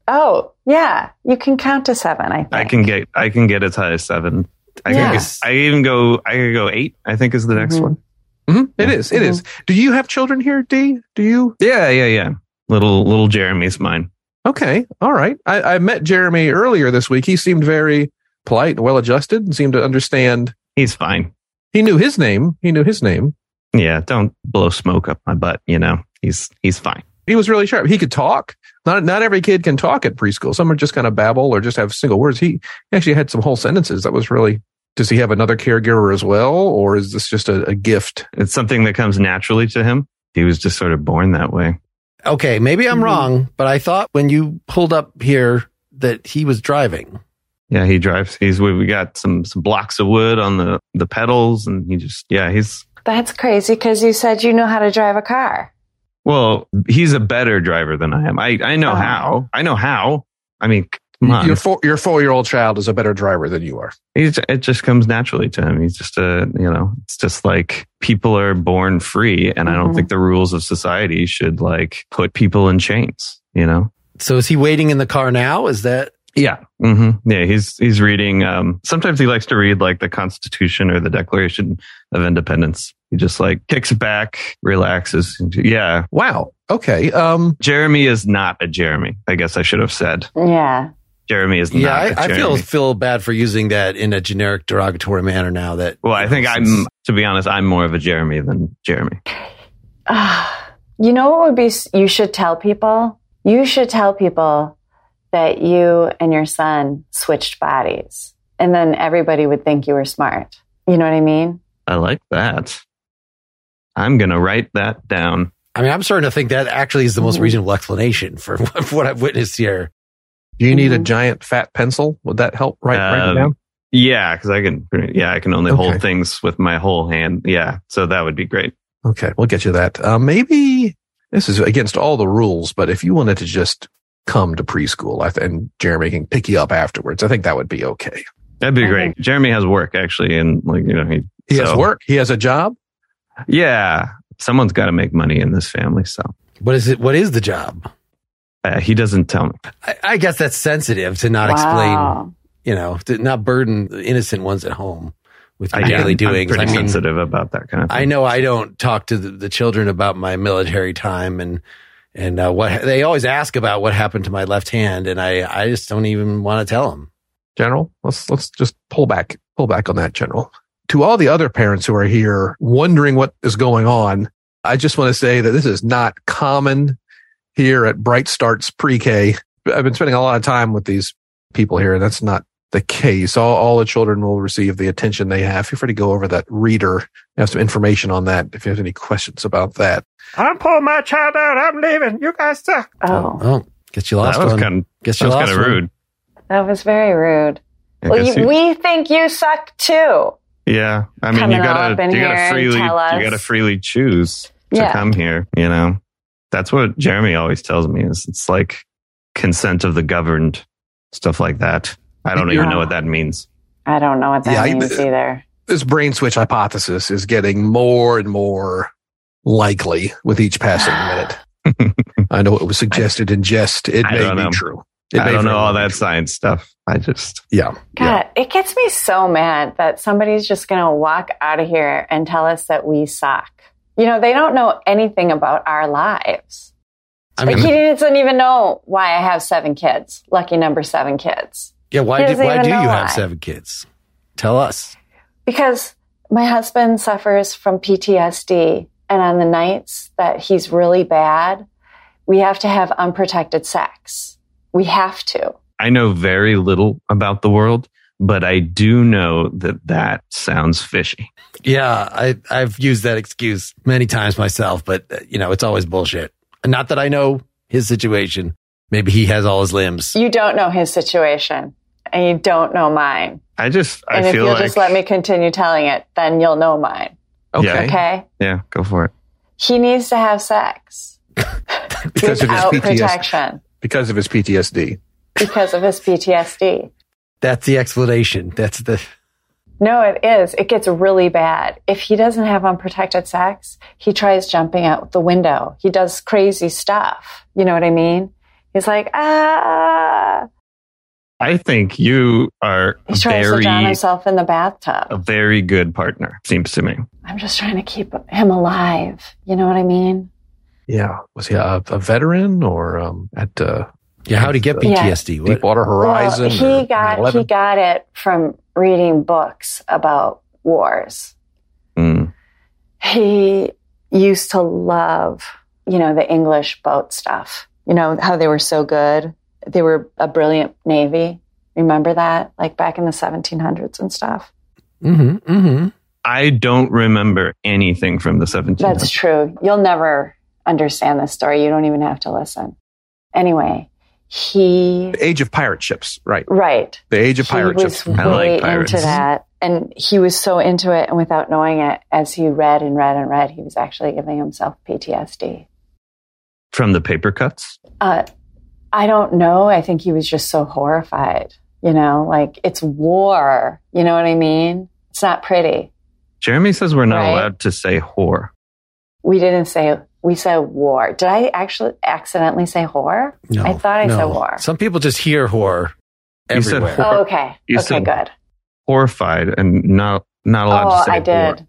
[SPEAKER 5] Oh, yeah. You can count to seven, I think.
[SPEAKER 6] I can get I can get as high as seven. I can
[SPEAKER 5] Yeah.
[SPEAKER 6] I even go I can go eight. I think is the next
[SPEAKER 5] Mhm.
[SPEAKER 6] one.
[SPEAKER 3] Mhm, It is. It is. Do you have children here, Dee? Do you?
[SPEAKER 6] Yeah, yeah, yeah. Little little Jeremy's mine.
[SPEAKER 3] Okay. All right. I, I met Jeremy earlier this week. He seemed very polite and well adjusted and seemed to understand.
[SPEAKER 6] He's fine.
[SPEAKER 3] He knew his name. He knew his name.
[SPEAKER 6] Yeah, don't blow smoke up my butt. You know, he's he's fine.
[SPEAKER 3] He was really sharp. He could talk. Not not every kid can talk at preschool. Some are just kind of babble or just have single words. He actually had some whole sentences. That was really. Does he have another caregiver as well, or is this just a, a gift?
[SPEAKER 6] It's something that comes naturally to him. He was just sort of born that way.
[SPEAKER 4] okay. Maybe I'm
[SPEAKER 5] Mhm.
[SPEAKER 4] wrong, but I thought when you pulled up here that he was driving.
[SPEAKER 6] Yeah, he drives. He's we, we got some some blocks of wood on the the pedals, and he just yeah he's
[SPEAKER 5] That's crazy because you said you know how to drive a car.
[SPEAKER 6] Well, he's a better driver than I am. I, I know
[SPEAKER 5] Oh.
[SPEAKER 6] how. I know how. I mean, come on.
[SPEAKER 3] Your four your four year old child is a better driver than you are.
[SPEAKER 6] He's, it just comes naturally to him. He's just a, you know, it's just like people are born free. And I don't
[SPEAKER 5] Mhm.
[SPEAKER 6] think the rules of society should like put people in chains, you know?
[SPEAKER 4] So is he waiting in the car now? Is that
[SPEAKER 6] Yeah. hmm Yeah. He's, he's reading, um, sometimes he likes to read like the Constitution or the Declaration of Independence. He just like kicks back, relaxes. Yeah.
[SPEAKER 3] Wow. Okay. Um.
[SPEAKER 6] Jeremy is not a Jeremy. I guess I should have said
[SPEAKER 5] Yeah.
[SPEAKER 6] Jeremy is
[SPEAKER 4] yeah?
[SPEAKER 6] not a
[SPEAKER 4] I, I
[SPEAKER 6] Jeremy.
[SPEAKER 4] feel feel bad for using that in a generic derogatory manner now. That
[SPEAKER 6] Well, I think
[SPEAKER 4] since-
[SPEAKER 6] I'm, to be honest, I'm more of a Jeremy than Jeremy.
[SPEAKER 5] Ah, you know what would be, s- you should tell people? You should tell people that you and your son switched bodies. And then everybody would think you were smart. You know what I mean?
[SPEAKER 6] I like that. I'm going to write that down.
[SPEAKER 4] I mean, I'm starting to think that actually is the
[SPEAKER 5] Mm-hmm.
[SPEAKER 4] most reasonable explanation for what, for what I've witnessed here.
[SPEAKER 3] Do you need a
[SPEAKER 5] Mhm.
[SPEAKER 3] giant fat pencil? Would that help? Right. write it
[SPEAKER 6] Um,
[SPEAKER 3] down.
[SPEAKER 6] Yeah, because I can, yeah, I can only
[SPEAKER 3] Okay.
[SPEAKER 6] hold things with my whole hand. Yeah. So that would be great.
[SPEAKER 3] Okay, we'll get you that. Uh, maybe this is against all the rules, but if you wanted to just come to preschool, I th- and Jeremy can pick you up afterwards, I think that would be okay.
[SPEAKER 6] That'd be
[SPEAKER 5] I
[SPEAKER 6] great. Jeremy has work actually. And like, you know, he,
[SPEAKER 3] He has
[SPEAKER 6] So-
[SPEAKER 3] work. He has a job.
[SPEAKER 6] yeah, someone's got to make money in this family. So
[SPEAKER 4] What is it? What is the job?
[SPEAKER 6] uh, he doesn't tell me.
[SPEAKER 4] I, I guess that's sensitive to not explain,
[SPEAKER 5] Wow.
[SPEAKER 4] you know, to not burden the innocent ones at home with your
[SPEAKER 6] I
[SPEAKER 4] daily
[SPEAKER 6] am- I'm
[SPEAKER 4] doings.
[SPEAKER 6] pretty
[SPEAKER 4] I mean,
[SPEAKER 6] sensitive about that kind of thing.
[SPEAKER 4] I know I don't talk to the, the children about my military time and and uh, what they always ask about what happened to my left hand, and I I just don't even want to tell them.
[SPEAKER 3] General, let's let's just pull back, pull back on that, General. To all the other parents who are here wondering what is going on, I just want to say that this is not common here at Bright Starts Pre-K. I've been spending a lot of time with these people here, and that's not the case. All, all the children will receive the attention they have. Feel free to go over that reader. I have some information on that if you have any questions about that.
[SPEAKER 7] I'm pulling my child out. I'm leaving. You guys suck.
[SPEAKER 5] Oh,
[SPEAKER 4] Oh, guess you lost
[SPEAKER 6] that was
[SPEAKER 4] one.
[SPEAKER 6] kind of
[SPEAKER 4] guess
[SPEAKER 6] that
[SPEAKER 4] you
[SPEAKER 6] was
[SPEAKER 4] lost
[SPEAKER 6] kind of
[SPEAKER 4] one.
[SPEAKER 6] rude.
[SPEAKER 5] that was very rude.
[SPEAKER 6] I
[SPEAKER 5] Well,
[SPEAKER 6] guess
[SPEAKER 5] you,
[SPEAKER 6] you-
[SPEAKER 5] we think you suck too.
[SPEAKER 6] yeah, I mean,
[SPEAKER 5] coming
[SPEAKER 6] you
[SPEAKER 5] up
[SPEAKER 6] gotta
[SPEAKER 5] in
[SPEAKER 6] you
[SPEAKER 5] here
[SPEAKER 6] gotta
[SPEAKER 5] and
[SPEAKER 6] freely you
[SPEAKER 5] tell us.
[SPEAKER 6] gotta freely choose to
[SPEAKER 5] Yeah.
[SPEAKER 6] come here. You know, that's what Jeremy always tells me is it's like consent of the governed, stuff like that. I don't even
[SPEAKER 5] Yeah.
[SPEAKER 6] know what that means.
[SPEAKER 5] I don't know what that
[SPEAKER 3] Yeah, I-
[SPEAKER 5] means either.
[SPEAKER 3] This brain switch hypothesis is getting more and more likely with each passing minute. I know it was suggested in jest. It
[SPEAKER 6] I
[SPEAKER 3] may
[SPEAKER 6] don't
[SPEAKER 3] be
[SPEAKER 6] know.
[SPEAKER 3] true. It
[SPEAKER 6] I
[SPEAKER 3] may
[SPEAKER 6] don't
[SPEAKER 3] very
[SPEAKER 6] know all
[SPEAKER 3] well be
[SPEAKER 6] that
[SPEAKER 3] true.
[SPEAKER 6] science stuff. I just
[SPEAKER 3] Yeah. yeah.
[SPEAKER 5] God, it gets me so mad that somebody's just going to walk out of here and tell us that we suck. You know, they don't know anything about our lives.
[SPEAKER 4] I
[SPEAKER 5] like,
[SPEAKER 4] mean,
[SPEAKER 5] he doesn't even know why I have seven kids, lucky number seven kids,
[SPEAKER 4] yeah. Why
[SPEAKER 5] he
[SPEAKER 4] did,
[SPEAKER 5] doesn't
[SPEAKER 4] why
[SPEAKER 5] even
[SPEAKER 4] do you
[SPEAKER 5] know
[SPEAKER 4] have
[SPEAKER 5] why.
[SPEAKER 4] seven kids? Tell us.
[SPEAKER 5] because my husband suffers from PTSD. And on the nights that he's really bad, we have to have unprotected sex. We have to.
[SPEAKER 6] I know very little about the world, but I do know that that sounds fishy.
[SPEAKER 4] Yeah, I, I've used that excuse many times myself, but uh, you know, it's always bullshit. Not that I know his situation. Maybe he has all his limbs.
[SPEAKER 5] You don't know his situation and you don't know mine.
[SPEAKER 6] I just
[SPEAKER 5] And
[SPEAKER 6] I
[SPEAKER 5] if
[SPEAKER 6] feel
[SPEAKER 5] you'll
[SPEAKER 6] like
[SPEAKER 5] just let me continue telling it, then you'll know mine.
[SPEAKER 6] Okay.
[SPEAKER 3] Okay.
[SPEAKER 5] Okay?
[SPEAKER 6] yeah, go for it.
[SPEAKER 5] He needs to have sex
[SPEAKER 3] Because of his
[SPEAKER 5] without
[SPEAKER 3] PTSD.
[SPEAKER 5] protection
[SPEAKER 3] Because of his PTSD.
[SPEAKER 5] because of his PTSD.
[SPEAKER 4] That's the explanation. That's the
[SPEAKER 5] No, it is. It gets really bad. If he doesn't have unprotected sex, he tries jumping out the window. He does crazy stuff. You know what I mean? He's like, ah.
[SPEAKER 6] I think you are
[SPEAKER 5] He tries to
[SPEAKER 6] very
[SPEAKER 5] drown himself in the bathtub.
[SPEAKER 6] a very good partner. Seems to me.
[SPEAKER 5] I'm just trying to keep him alive. You know what I mean?
[SPEAKER 3] Yeah. Was he a, a veteran or um, at uh,
[SPEAKER 4] yeah. How to get
[SPEAKER 5] Yeah.
[SPEAKER 4] PTSD? What-
[SPEAKER 3] Deepwater Horizon?
[SPEAKER 5] well,
[SPEAKER 3] or
[SPEAKER 5] he got
[SPEAKER 3] 9/11?
[SPEAKER 5] he got it from reading books about wars.
[SPEAKER 6] Mm.
[SPEAKER 5] He used to love, you know, the English boat stuff. You know how they were so good. They were a brilliant navy. Remember that, like back in the 1700s and stuff.
[SPEAKER 4] Mhm, mhm.
[SPEAKER 6] I don't remember anything from the 1700s.
[SPEAKER 5] That's true. You'll never understand this story. You don't even have to listen. Anyway, he
[SPEAKER 3] The Age of pirate ships, right?
[SPEAKER 5] right.
[SPEAKER 3] The Age of pirate
[SPEAKER 5] he
[SPEAKER 3] ships.
[SPEAKER 5] was way
[SPEAKER 6] I like pirates.
[SPEAKER 5] into that, and he was so into it, and without knowing it, as he read and read and read, he was actually giving himself PTSD.
[SPEAKER 6] From the paper cuts.
[SPEAKER 5] Uh, I don't know. I think he was just so horrified. You know, like it's war. You know what I mean? It's not pretty.
[SPEAKER 6] Jeremy says we're not
[SPEAKER 5] Right.
[SPEAKER 6] allowed to say whore.
[SPEAKER 5] We didn't say we said war. Did I actually accidentally say whore?
[SPEAKER 4] No,
[SPEAKER 5] I thought I said
[SPEAKER 4] no.
[SPEAKER 5] war.
[SPEAKER 4] Some people just hear horror
[SPEAKER 6] You said
[SPEAKER 4] everywhere.
[SPEAKER 6] whore.
[SPEAKER 5] Oh, okay.
[SPEAKER 6] You
[SPEAKER 5] okay,
[SPEAKER 6] said
[SPEAKER 5] good.
[SPEAKER 6] Horrified and not not allowed
[SPEAKER 5] Oh,
[SPEAKER 6] to say
[SPEAKER 5] I
[SPEAKER 6] whore.
[SPEAKER 5] did.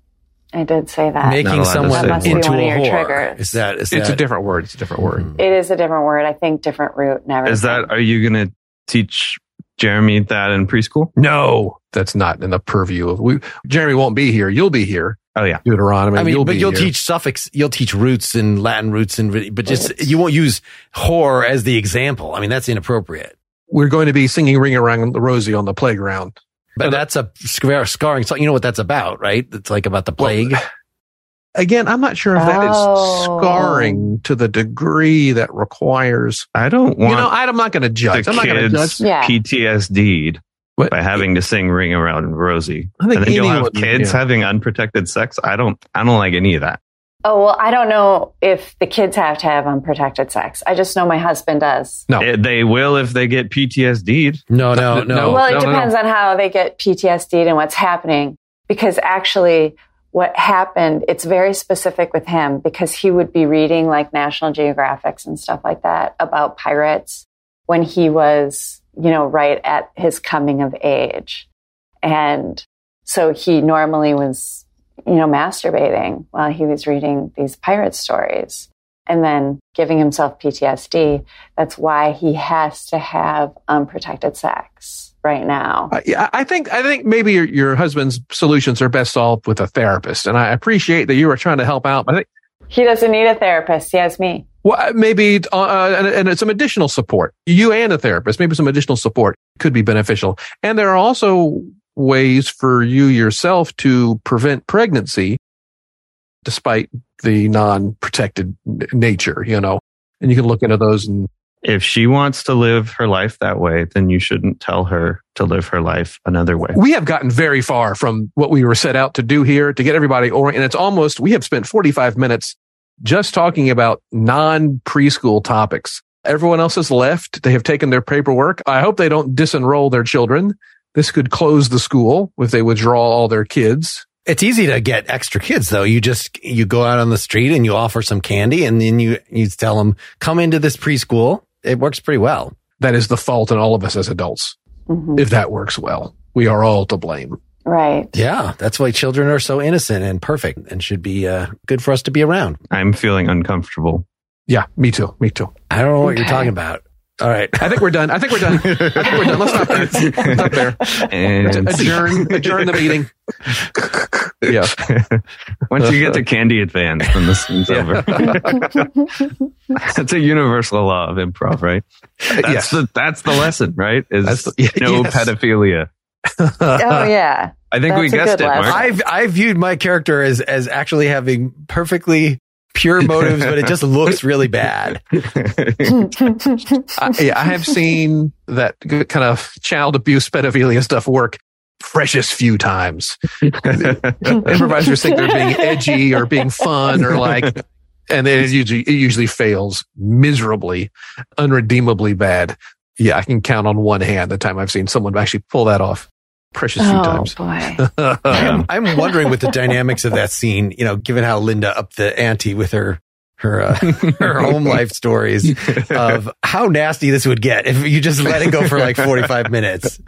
[SPEAKER 5] I did say Oh, that.
[SPEAKER 4] Making
[SPEAKER 6] allowed to
[SPEAKER 4] someone
[SPEAKER 6] say That must be
[SPEAKER 4] into
[SPEAKER 5] one
[SPEAKER 4] a
[SPEAKER 5] of your
[SPEAKER 4] whore.
[SPEAKER 5] triggers.
[SPEAKER 4] Is that? Is
[SPEAKER 3] It's
[SPEAKER 4] that, Mm.
[SPEAKER 3] a different word. It's a different
[SPEAKER 6] Mm-hmm.
[SPEAKER 3] word.
[SPEAKER 5] it is a different word. I think different root. Never.
[SPEAKER 6] Is that are you gonna teach Jeremy that in preschool?
[SPEAKER 3] No, that's not in the purview of we. Jeremy won't be here. You'll be here.
[SPEAKER 6] Oh, yeah.
[SPEAKER 3] Deuteronomy.
[SPEAKER 4] I mean,
[SPEAKER 3] you'll
[SPEAKER 4] but
[SPEAKER 3] be
[SPEAKER 4] you'll
[SPEAKER 3] here.
[SPEAKER 4] teach suffix, you'll teach roots and Latin roots, and but just you won't use whore as the example. I mean, that's inappropriate.
[SPEAKER 3] We're going to be singing "Ring Around the Rosie" on the playground.
[SPEAKER 4] But that's a scar- scarring. So you know what that's about, right? It's like about the plague.
[SPEAKER 3] Again, I'm not sure if that is
[SPEAKER 5] Oh.
[SPEAKER 3] scarring to the degree that requires.
[SPEAKER 6] I don't
[SPEAKER 3] you
[SPEAKER 6] want
[SPEAKER 3] know, I, am not going to judge.
[SPEAKER 6] the
[SPEAKER 3] I'm not going to
[SPEAKER 6] kids
[SPEAKER 3] judge.
[SPEAKER 5] Yeah.
[SPEAKER 6] PTSD'd
[SPEAKER 3] What-
[SPEAKER 6] by having to sing "Ring Around Rosie,"
[SPEAKER 3] I think
[SPEAKER 6] and then you'll have
[SPEAKER 3] anyone-
[SPEAKER 6] kids
[SPEAKER 3] yeah.
[SPEAKER 6] having unprotected sex. I don't, I don't like any of that.
[SPEAKER 5] Oh, well, I don't know if the kids have to have unprotected sex. I just know my husband does.
[SPEAKER 3] No.
[SPEAKER 6] It- they will if they get PTSD'd.
[SPEAKER 4] No, no, no.
[SPEAKER 3] no. Oh,
[SPEAKER 5] well, it
[SPEAKER 3] no.
[SPEAKER 5] depends on how they get PTSD and what's happening. Because actually, what happened, it's very specific with him because he would be reading like National Geographics and stuff like that about pirates when he was, you know, right at his coming of age. And so he normally was, you know, masturbating while he was reading these pirate stories and then giving himself PTSD. That's why he has to have unprotected sex right now.
[SPEAKER 3] I- yeah, I think I think maybe your, your husband's solutions are best solved with a therapist, and I appreciate that you are trying to help out. But I think
[SPEAKER 5] He doesn't need a therapist. He has me.
[SPEAKER 3] Well, maybe uh, and, and some additional support. You and a therapist, maybe some additional support could be beneficial. And there are also ways for you yourself to prevent pregnancy, despite the non-protected n- nature. You know, and you can look into those and
[SPEAKER 6] If she wants to live her life that way, then you shouldn't tell her to live her life another way.
[SPEAKER 3] we have gotten very far from what we were set out to do here to get everybody or and it's almost we have spent 45 minutes just talking about non preschool topics everyone else has left they have taken their paperwork i hope they don't disenroll their children this could close the school if they withdraw all their kids
[SPEAKER 1] It's easy to get extra kids though. You just, you go out on the street and you offer some candy and then you, you tell them, come into this preschool. It works pretty well.
[SPEAKER 3] that is the fault in all of us as adults
[SPEAKER 5] Mhm.
[SPEAKER 3] if that works well we are all to blame
[SPEAKER 5] Right.
[SPEAKER 1] Yeah. That's why children are so innocent and perfect and should be uh, good for us to be around.
[SPEAKER 6] I'm feeling uncomfortable.
[SPEAKER 3] yeah me too me too
[SPEAKER 1] I don't know what you're
[SPEAKER 5] Okay.
[SPEAKER 1] talking about. All right.
[SPEAKER 3] i think we're done i think we're done i think we're done let's stop there let's stop there
[SPEAKER 6] And
[SPEAKER 3] adjourn adjourn the meeting yeah
[SPEAKER 6] Once you get to candy advance, then this thing's over. that's a universal law of improv, right? That's
[SPEAKER 3] yes
[SPEAKER 6] the that's the lesson, right? Is
[SPEAKER 3] That's the-
[SPEAKER 6] no
[SPEAKER 3] yes.
[SPEAKER 6] pedophilia.
[SPEAKER 3] Uh,
[SPEAKER 5] Oh yeah.
[SPEAKER 6] I think we
[SPEAKER 5] That's a
[SPEAKER 6] guessed
[SPEAKER 5] good
[SPEAKER 6] it,
[SPEAKER 5] lesson.
[SPEAKER 6] Mark.
[SPEAKER 1] I've I viewed my character as as actually having perfectly pure motives, but it just looks really bad.
[SPEAKER 3] I, yeah, I have seen that g- kind of child abuse pedophilia stuff work precious few times. Improvisers think they're being edgy or being fun or like, and then it usually, it usually fails miserably, unredeemably bad. Yeah, I can count on one hand the time I've seen someone actually pull that off precious few
[SPEAKER 5] Oh
[SPEAKER 3] times.
[SPEAKER 5] boy.
[SPEAKER 6] Um,
[SPEAKER 1] I'm wondering with the dynamics of that scene, you know, given how Linda upped the ante with her her uh, her home life stories of how nasty this would get if you just let it go for like 45 minutes.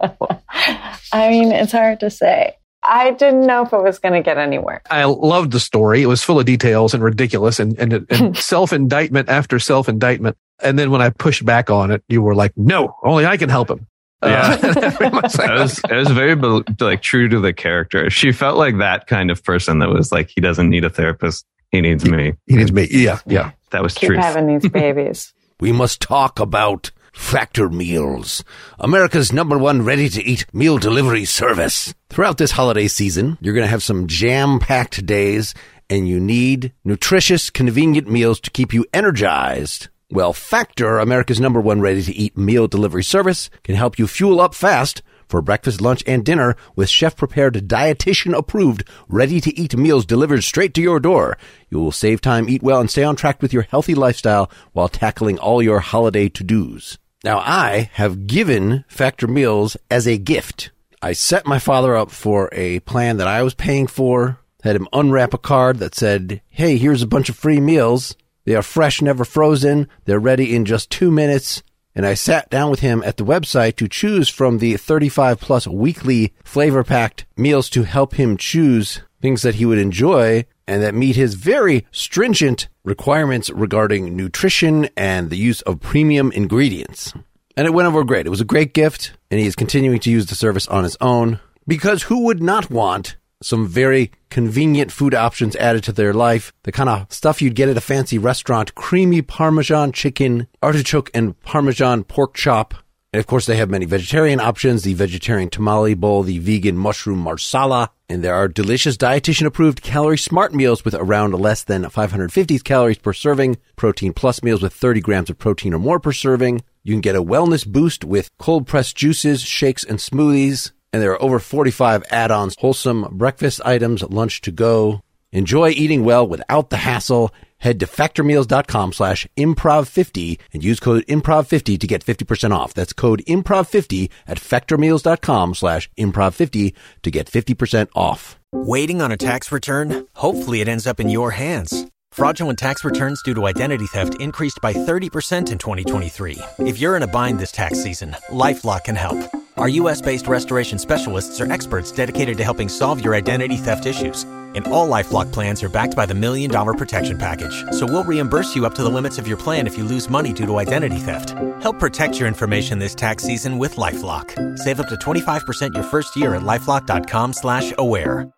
[SPEAKER 5] I mean, it's hard to say. I didn't know if it was going to get anywhere.
[SPEAKER 3] I loved the story. It was full of details and ridiculous and, and, and self indictment after self indictment. And then when I pushed back on it, you were like, no, only I can help him.
[SPEAKER 6] Yeah.
[SPEAKER 3] Uh,
[SPEAKER 6] I was I was very bel- like true to the character. She felt like that kind of person that was like he doesn't need a therapist. He needs me.
[SPEAKER 3] he needs me. Yeah. Yeah.
[SPEAKER 6] That was
[SPEAKER 5] Keep
[SPEAKER 6] truth.
[SPEAKER 5] having these babies.
[SPEAKER 8] We must talk about Factor Meals, America's number one ready to eat meal delivery service.
[SPEAKER 1] Throughout this holiday season, you're going to have some jam packed days, and you need nutritious, convenient meals to keep you energized. Well, Factor, America's number one ready to eat meal delivery service, can help you fuel up fast for breakfast, lunch, and dinner with chef prepared, dietitian approved, ready to eat meals delivered straight to your door. You will save time, eat well, and stay on track with your healthy lifestyle while tackling all your holiday to dos. Now, I have given Factor Meals as a gift. I set my father up for a plan that I was paying for, had him unwrap a card that said, Hey, here's a bunch of free meals. They are fresh, never frozen. They're ready in just two minutes. And I sat down with him at the website to choose from the 35 plus weekly flavor packed meals to help him choose things that he would enjoy and that meet his very stringent requirements regarding nutrition and the use of premium ingredients. And it went over great. It was a great gift, and he is continuing to use the service on his own because who would not want some very convenient food options added to their life? The kind of stuff you'd get at a fancy restaurant creamy Parmesan chicken, artichoke, and Parmesan pork chop. And of course, they have many vegetarian options the vegetarian tamale bowl, the vegan mushroom marsala, and there are delicious dietitian approved calorie smart meals with around less than 550 calories per serving, protein plus meals with 30 grams of protein or more per serving. You can get a wellness boost with cold pressed juices, shakes, and smoothies. And there are over 45 add ons, wholesome breakfast items, lunch to go. Enjoy eating well without the hassle. Head to factormeals.com slash improv50 and use code improv50 to get 50% off. That's code improv50 at factormeals.com slash improv50 to get 50% off.
[SPEAKER 9] Waiting on a tax return? Hopefully, it ends up in your hands. Fraudulent tax returns due to identity theft increased by 30% in 2023. If you're in a bind this tax season, LifeLock can help. Our U.S. based restoration specialists are experts dedicated to helping solve your identity theft issues. And all LifeLock plans are backed by the Million Dollar Protection Package. So we'll reimburse you up to the limits of your plan if you lose money due to identity theft. Help protect your information this tax season with LifeLock. Save up to 25% your first year at LifeLock.com slash aware.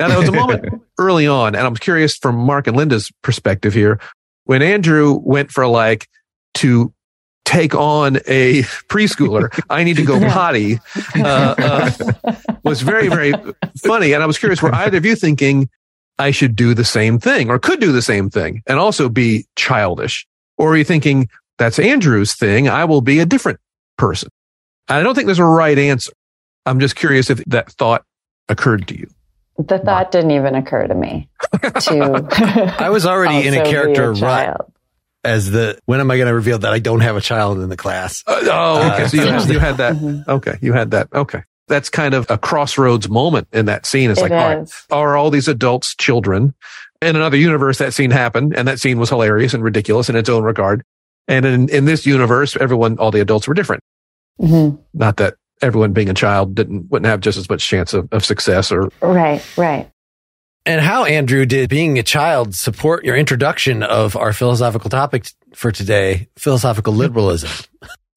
[SPEAKER 3] Now, there was a moment early on, and I'm curious from Mark and Linda's perspective here, when Andrew went for like to take on a preschooler, I need to go potty, uh, uh, was very, very funny. And I was curious, were either of you thinking I should do the same thing or could do the same thing and also be childish? Or are you thinking that's Andrew's thing? I will be a different person. I don't think there's a right answer. I'm just curious if that thought occurred to you.
[SPEAKER 5] The thought didn't even occur to me. To
[SPEAKER 4] I was already in a
[SPEAKER 5] also be
[SPEAKER 4] character rut
[SPEAKER 5] Oh, child.
[SPEAKER 4] as the when am I going to reveal that I don't have a child in the class?
[SPEAKER 3] Uh, oh, okay. So you,
[SPEAKER 4] Uh,
[SPEAKER 3] you had
[SPEAKER 5] Mm-hmm.
[SPEAKER 3] that. Okay. You had that. Okay. That's kind of a crossroads moment in that scene. It's
[SPEAKER 5] It
[SPEAKER 3] like, all right,
[SPEAKER 5] is.
[SPEAKER 3] are all these adults children? In another universe, that scene happened and that scene was hilarious and ridiculous in its own regard. And in, in this universe, everyone, all the adults were different.
[SPEAKER 5] Mhm.
[SPEAKER 3] Not that everyone being a child didn't, wouldn't have just as much chance of, of success or
[SPEAKER 5] Right, right.
[SPEAKER 4] And how Andrew did being a child support your introduction of our philosophical topic t- for today, philosophical liberalism.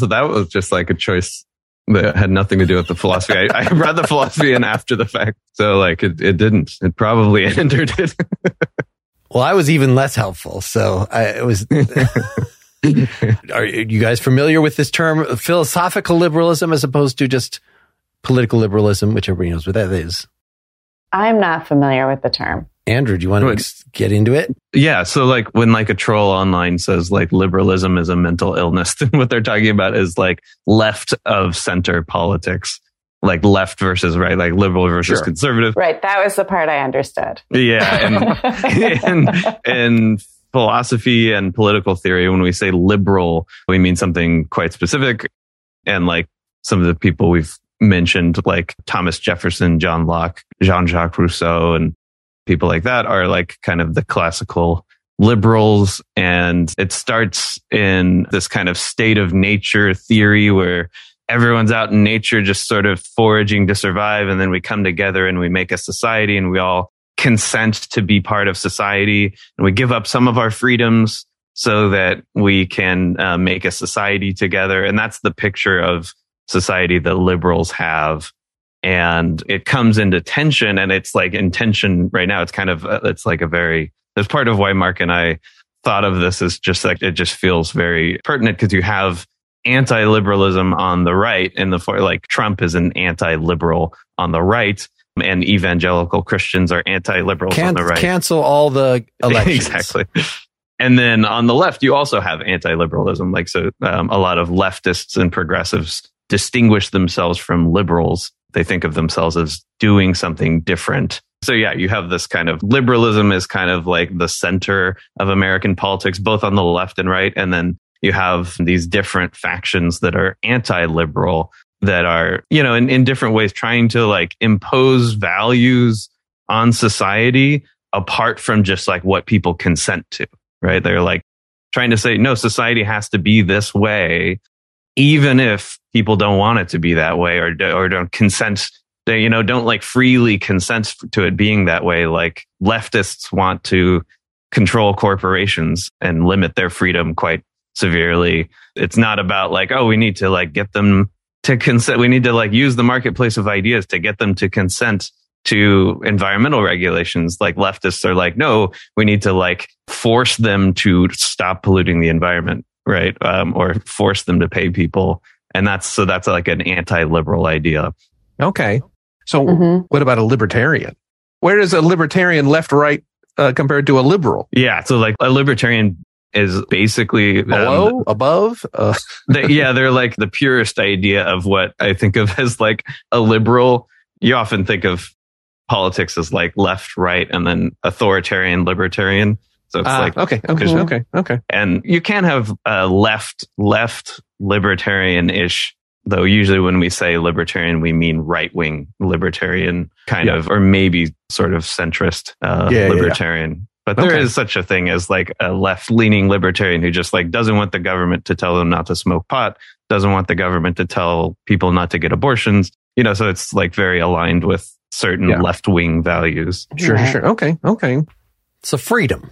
[SPEAKER 6] So that was just like a choice that had nothing to do with the philosophy. I, I read the philosophy in after the fact. So like it, it didn't. It probably entered it.
[SPEAKER 4] Well, I was even less helpful, so I it was Are you guys familiar with this term philosophical liberalism as opposed to just political liberalism, which everybody knows what that is?
[SPEAKER 5] I'm not familiar with the term.
[SPEAKER 4] Andrew, do you want to
[SPEAKER 6] Right.
[SPEAKER 4] ex- get into it?
[SPEAKER 6] yeah. So like when like a troll online says like liberalism is a mental illness, then what they're talking about is like left of center politics, like left versus right, like liberal versus
[SPEAKER 3] Sure.
[SPEAKER 6] conservative.
[SPEAKER 5] Right, that was the part I understood.
[SPEAKER 6] Yeah. And in, in philosophy and political theory, when we say liberal, we mean something quite specific. And like some of the people we've mentioned, like Thomas Jefferson, John Locke, Jean Jacques Rousseau, and people like that are like kind of the classical liberals. And it starts in this kind of state of nature theory where everyone's out in nature just sort of foraging to survive. And then we come together and we make a society and we all consent to be part of society and we give up some of our freedoms so that we can uh, make a society together. And that's the picture of society that liberals have. And it comes into tension and it's like in tension right now. It's kind of, uh, it's like a very, that's part of why Mark and I thought of this as just like, it just feels very pertinent because you have anti-liberalism on the right and the for like Trump is an anti-liberal on the right and evangelical Christians are anti-liberals on
[SPEAKER 4] Can-
[SPEAKER 6] the right.
[SPEAKER 4] Cancel all the elections.
[SPEAKER 6] Exactly. And then on the left, you also have anti liberalism. Like, so um, a lot of leftists and progressives distinguish themselves from liberals. They think of themselves as doing something different. So, yeah, you have this kind of liberalism is kind of like the center of American politics, both on the left and right. And then you have these different factions that are anti liberal that are, you know, in, in different ways trying to like impose values on society apart from just like what people consent to, right? They're like trying to say, no, society has to be this way, even if people don't want it to be that way or, do- or don't consent. They, you know, don't like freely consent to it being that way. Like leftists want to control corporations and limit their freedom quite severely. It's not about like, oh, we need to like get them to consent. We need to like use the marketplace of ideas to get them to consent to environmental regulations like leftists are like no we need to like force them to stop polluting the environment right um, or force them to pay people and that's so that's like an anti-liberal idea
[SPEAKER 3] Okay. So,
[SPEAKER 5] Mhm.
[SPEAKER 3] what about a libertarian? Where is a libertarian left right uh, compared to a liberal?
[SPEAKER 6] yeah so like a libertarian is basically um,
[SPEAKER 3] Below, above? Uh,
[SPEAKER 6] they, yeah, they're like the purest idea of what I think of as like a liberal. You often think of politics as like left, right, and then authoritarian, libertarian. So it's
[SPEAKER 3] ah,
[SPEAKER 6] like,
[SPEAKER 3] okay, okay,
[SPEAKER 5] Mhm.
[SPEAKER 3] okay, okay.
[SPEAKER 6] and you can have a left, left libertarian ish, though usually when we say libertarian, we mean right wing libertarian kind
[SPEAKER 3] Yeah.
[SPEAKER 6] of, or maybe sort of centrist uh,
[SPEAKER 3] Yeah, yeah, yeah.
[SPEAKER 6] libertarian. But there is
[SPEAKER 3] Okay.
[SPEAKER 6] such a thing as like a left leaning libertarian who just like doesn't want the government to tell them not to smoke pot, doesn't want the government to tell people not to get abortions. You know, so it's like very aligned with certain
[SPEAKER 3] Yeah.
[SPEAKER 6] left wing values.
[SPEAKER 3] Sure,
[SPEAKER 5] Right.
[SPEAKER 3] sure. Okay, okay.
[SPEAKER 4] So freedom.